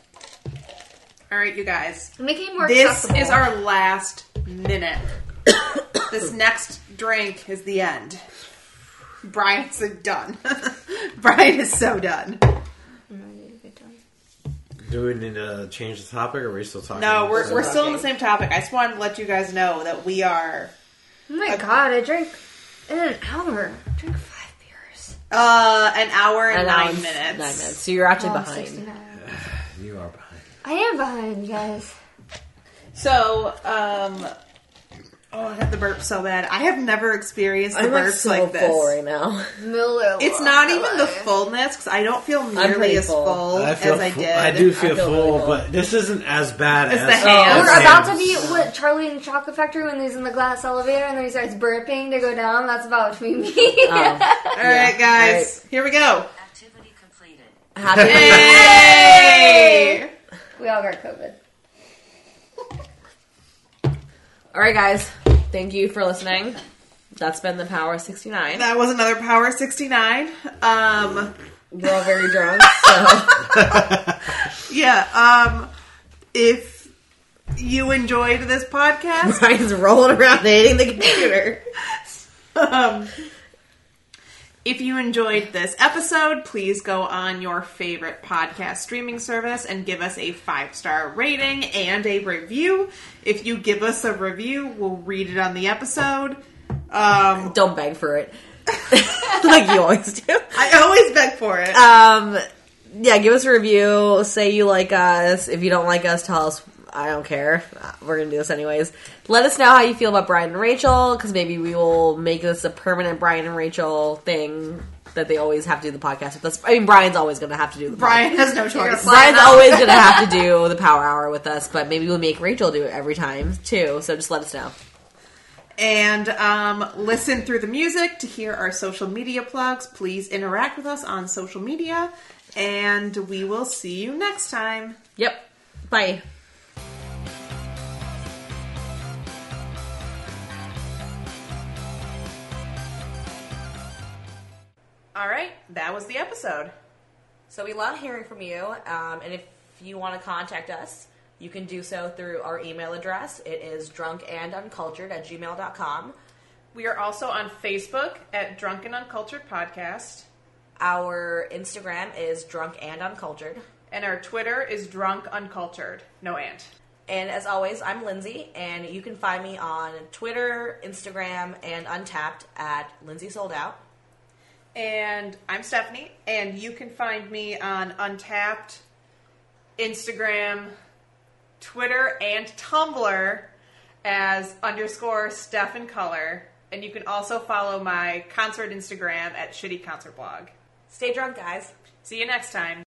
S4: All right, you guys.
S3: It became more
S4: This
S3: accessible.
S4: is our last minute. this next drink is the end. Brian's done. Brian is so done.
S3: I'm not gonna get done.
S1: do we need to change the topic, or are we still talking?
S4: No, we're,
S1: So-
S4: we're still on the same topic. I just wanted to let you guys know that we are.
S3: Oh my god! I drank in an hour. I drank five beers.
S4: Uh, an hour and,
S2: and now
S4: nine,
S2: it's
S4: minutes.
S2: Nine minutes. So you're actually
S3: Oh, I'm
S2: behind.
S3: 69.
S1: You are behind.
S3: I am behind, you guys.
S4: So, um, oh, I got the burp so bad. I have never experienced the
S2: I'm like
S4: burps
S2: so
S4: like this.
S2: full right now.
S3: Miller.
S4: It's not even the fullness because I don't feel nearly
S2: pretty
S4: as
S2: full.
S4: full,
S1: I feel
S4: as I
S1: fu-
S4: did.
S1: I do feel,
S2: I feel
S1: full,
S2: really full.
S1: but this isn't as bad
S4: It's
S1: as
S4: the hands.
S3: We're
S1: as
S3: about to
S1: hands.
S3: be what Charlie in the Chocolate Factory when he's in the glass elevator and then he starts burping to go down. That's about between me.
S2: Oh.
S4: All right, guys, here we go.
S5: Activity completed.
S2: Happy
S4: Hey!
S3: we all got COVID.
S2: All right, guys. Thank you for listening. That's been the Power 69.
S4: That was another Power 69. Um,
S2: We're all very drunk, so
S4: yeah, um, if you enjoyed this podcast,
S2: Brian's rolling around hitting the computer.
S4: um, if you enjoyed this episode, please go on your favorite podcast streaming service and give us a five star rating and a review. If you give us a review, we'll read it on the episode. Um,
S2: Don't beg for it. like you always do.
S4: I always beg for it.
S2: Um, yeah, give us a review. Say you like us. If you don't like us, tell us. I don't care. Uh, We're gonna do this anyways. Let us know how you feel about Brian and Rachel, because maybe we will make this a permanent Brian and Rachel thing that they always have to do the podcast with us. I mean, Brian's always gonna have to do the podcast.
S4: Brian has no choice.
S2: Brian's always gonna have to do the power hour with us, but maybe we'll make Rachel do it every time too. So just let us know.
S4: and um, listen through the music to hear our social media plugs. Please interact with us on social media, and we will see you next time.
S2: Yep. Bye.
S4: All right, that was the episode.
S2: So we love hearing from you, um, and if you want to contact us, you can do so through our email address. It is drunkanduncultured at gmail.com.
S4: We are also on Facebook at Drunken Uncultured Podcast,
S2: Our Instagram is drunk and uncultured.
S4: and our Twitter is Drunk Uncultured. No and.
S2: And as always, I'm Lindsay, and you can find me on Twitter, Instagram, and Untapped at Lindsay Sold Out.
S4: And I'm Stephanie, and you can find me on Untapped, Instagram, Twitter, and Tumblr as underscore Steph in Color. And you can also follow my concert Instagram at Shitty Concert Blog.
S2: Stay drunk, guys.
S4: See you next time.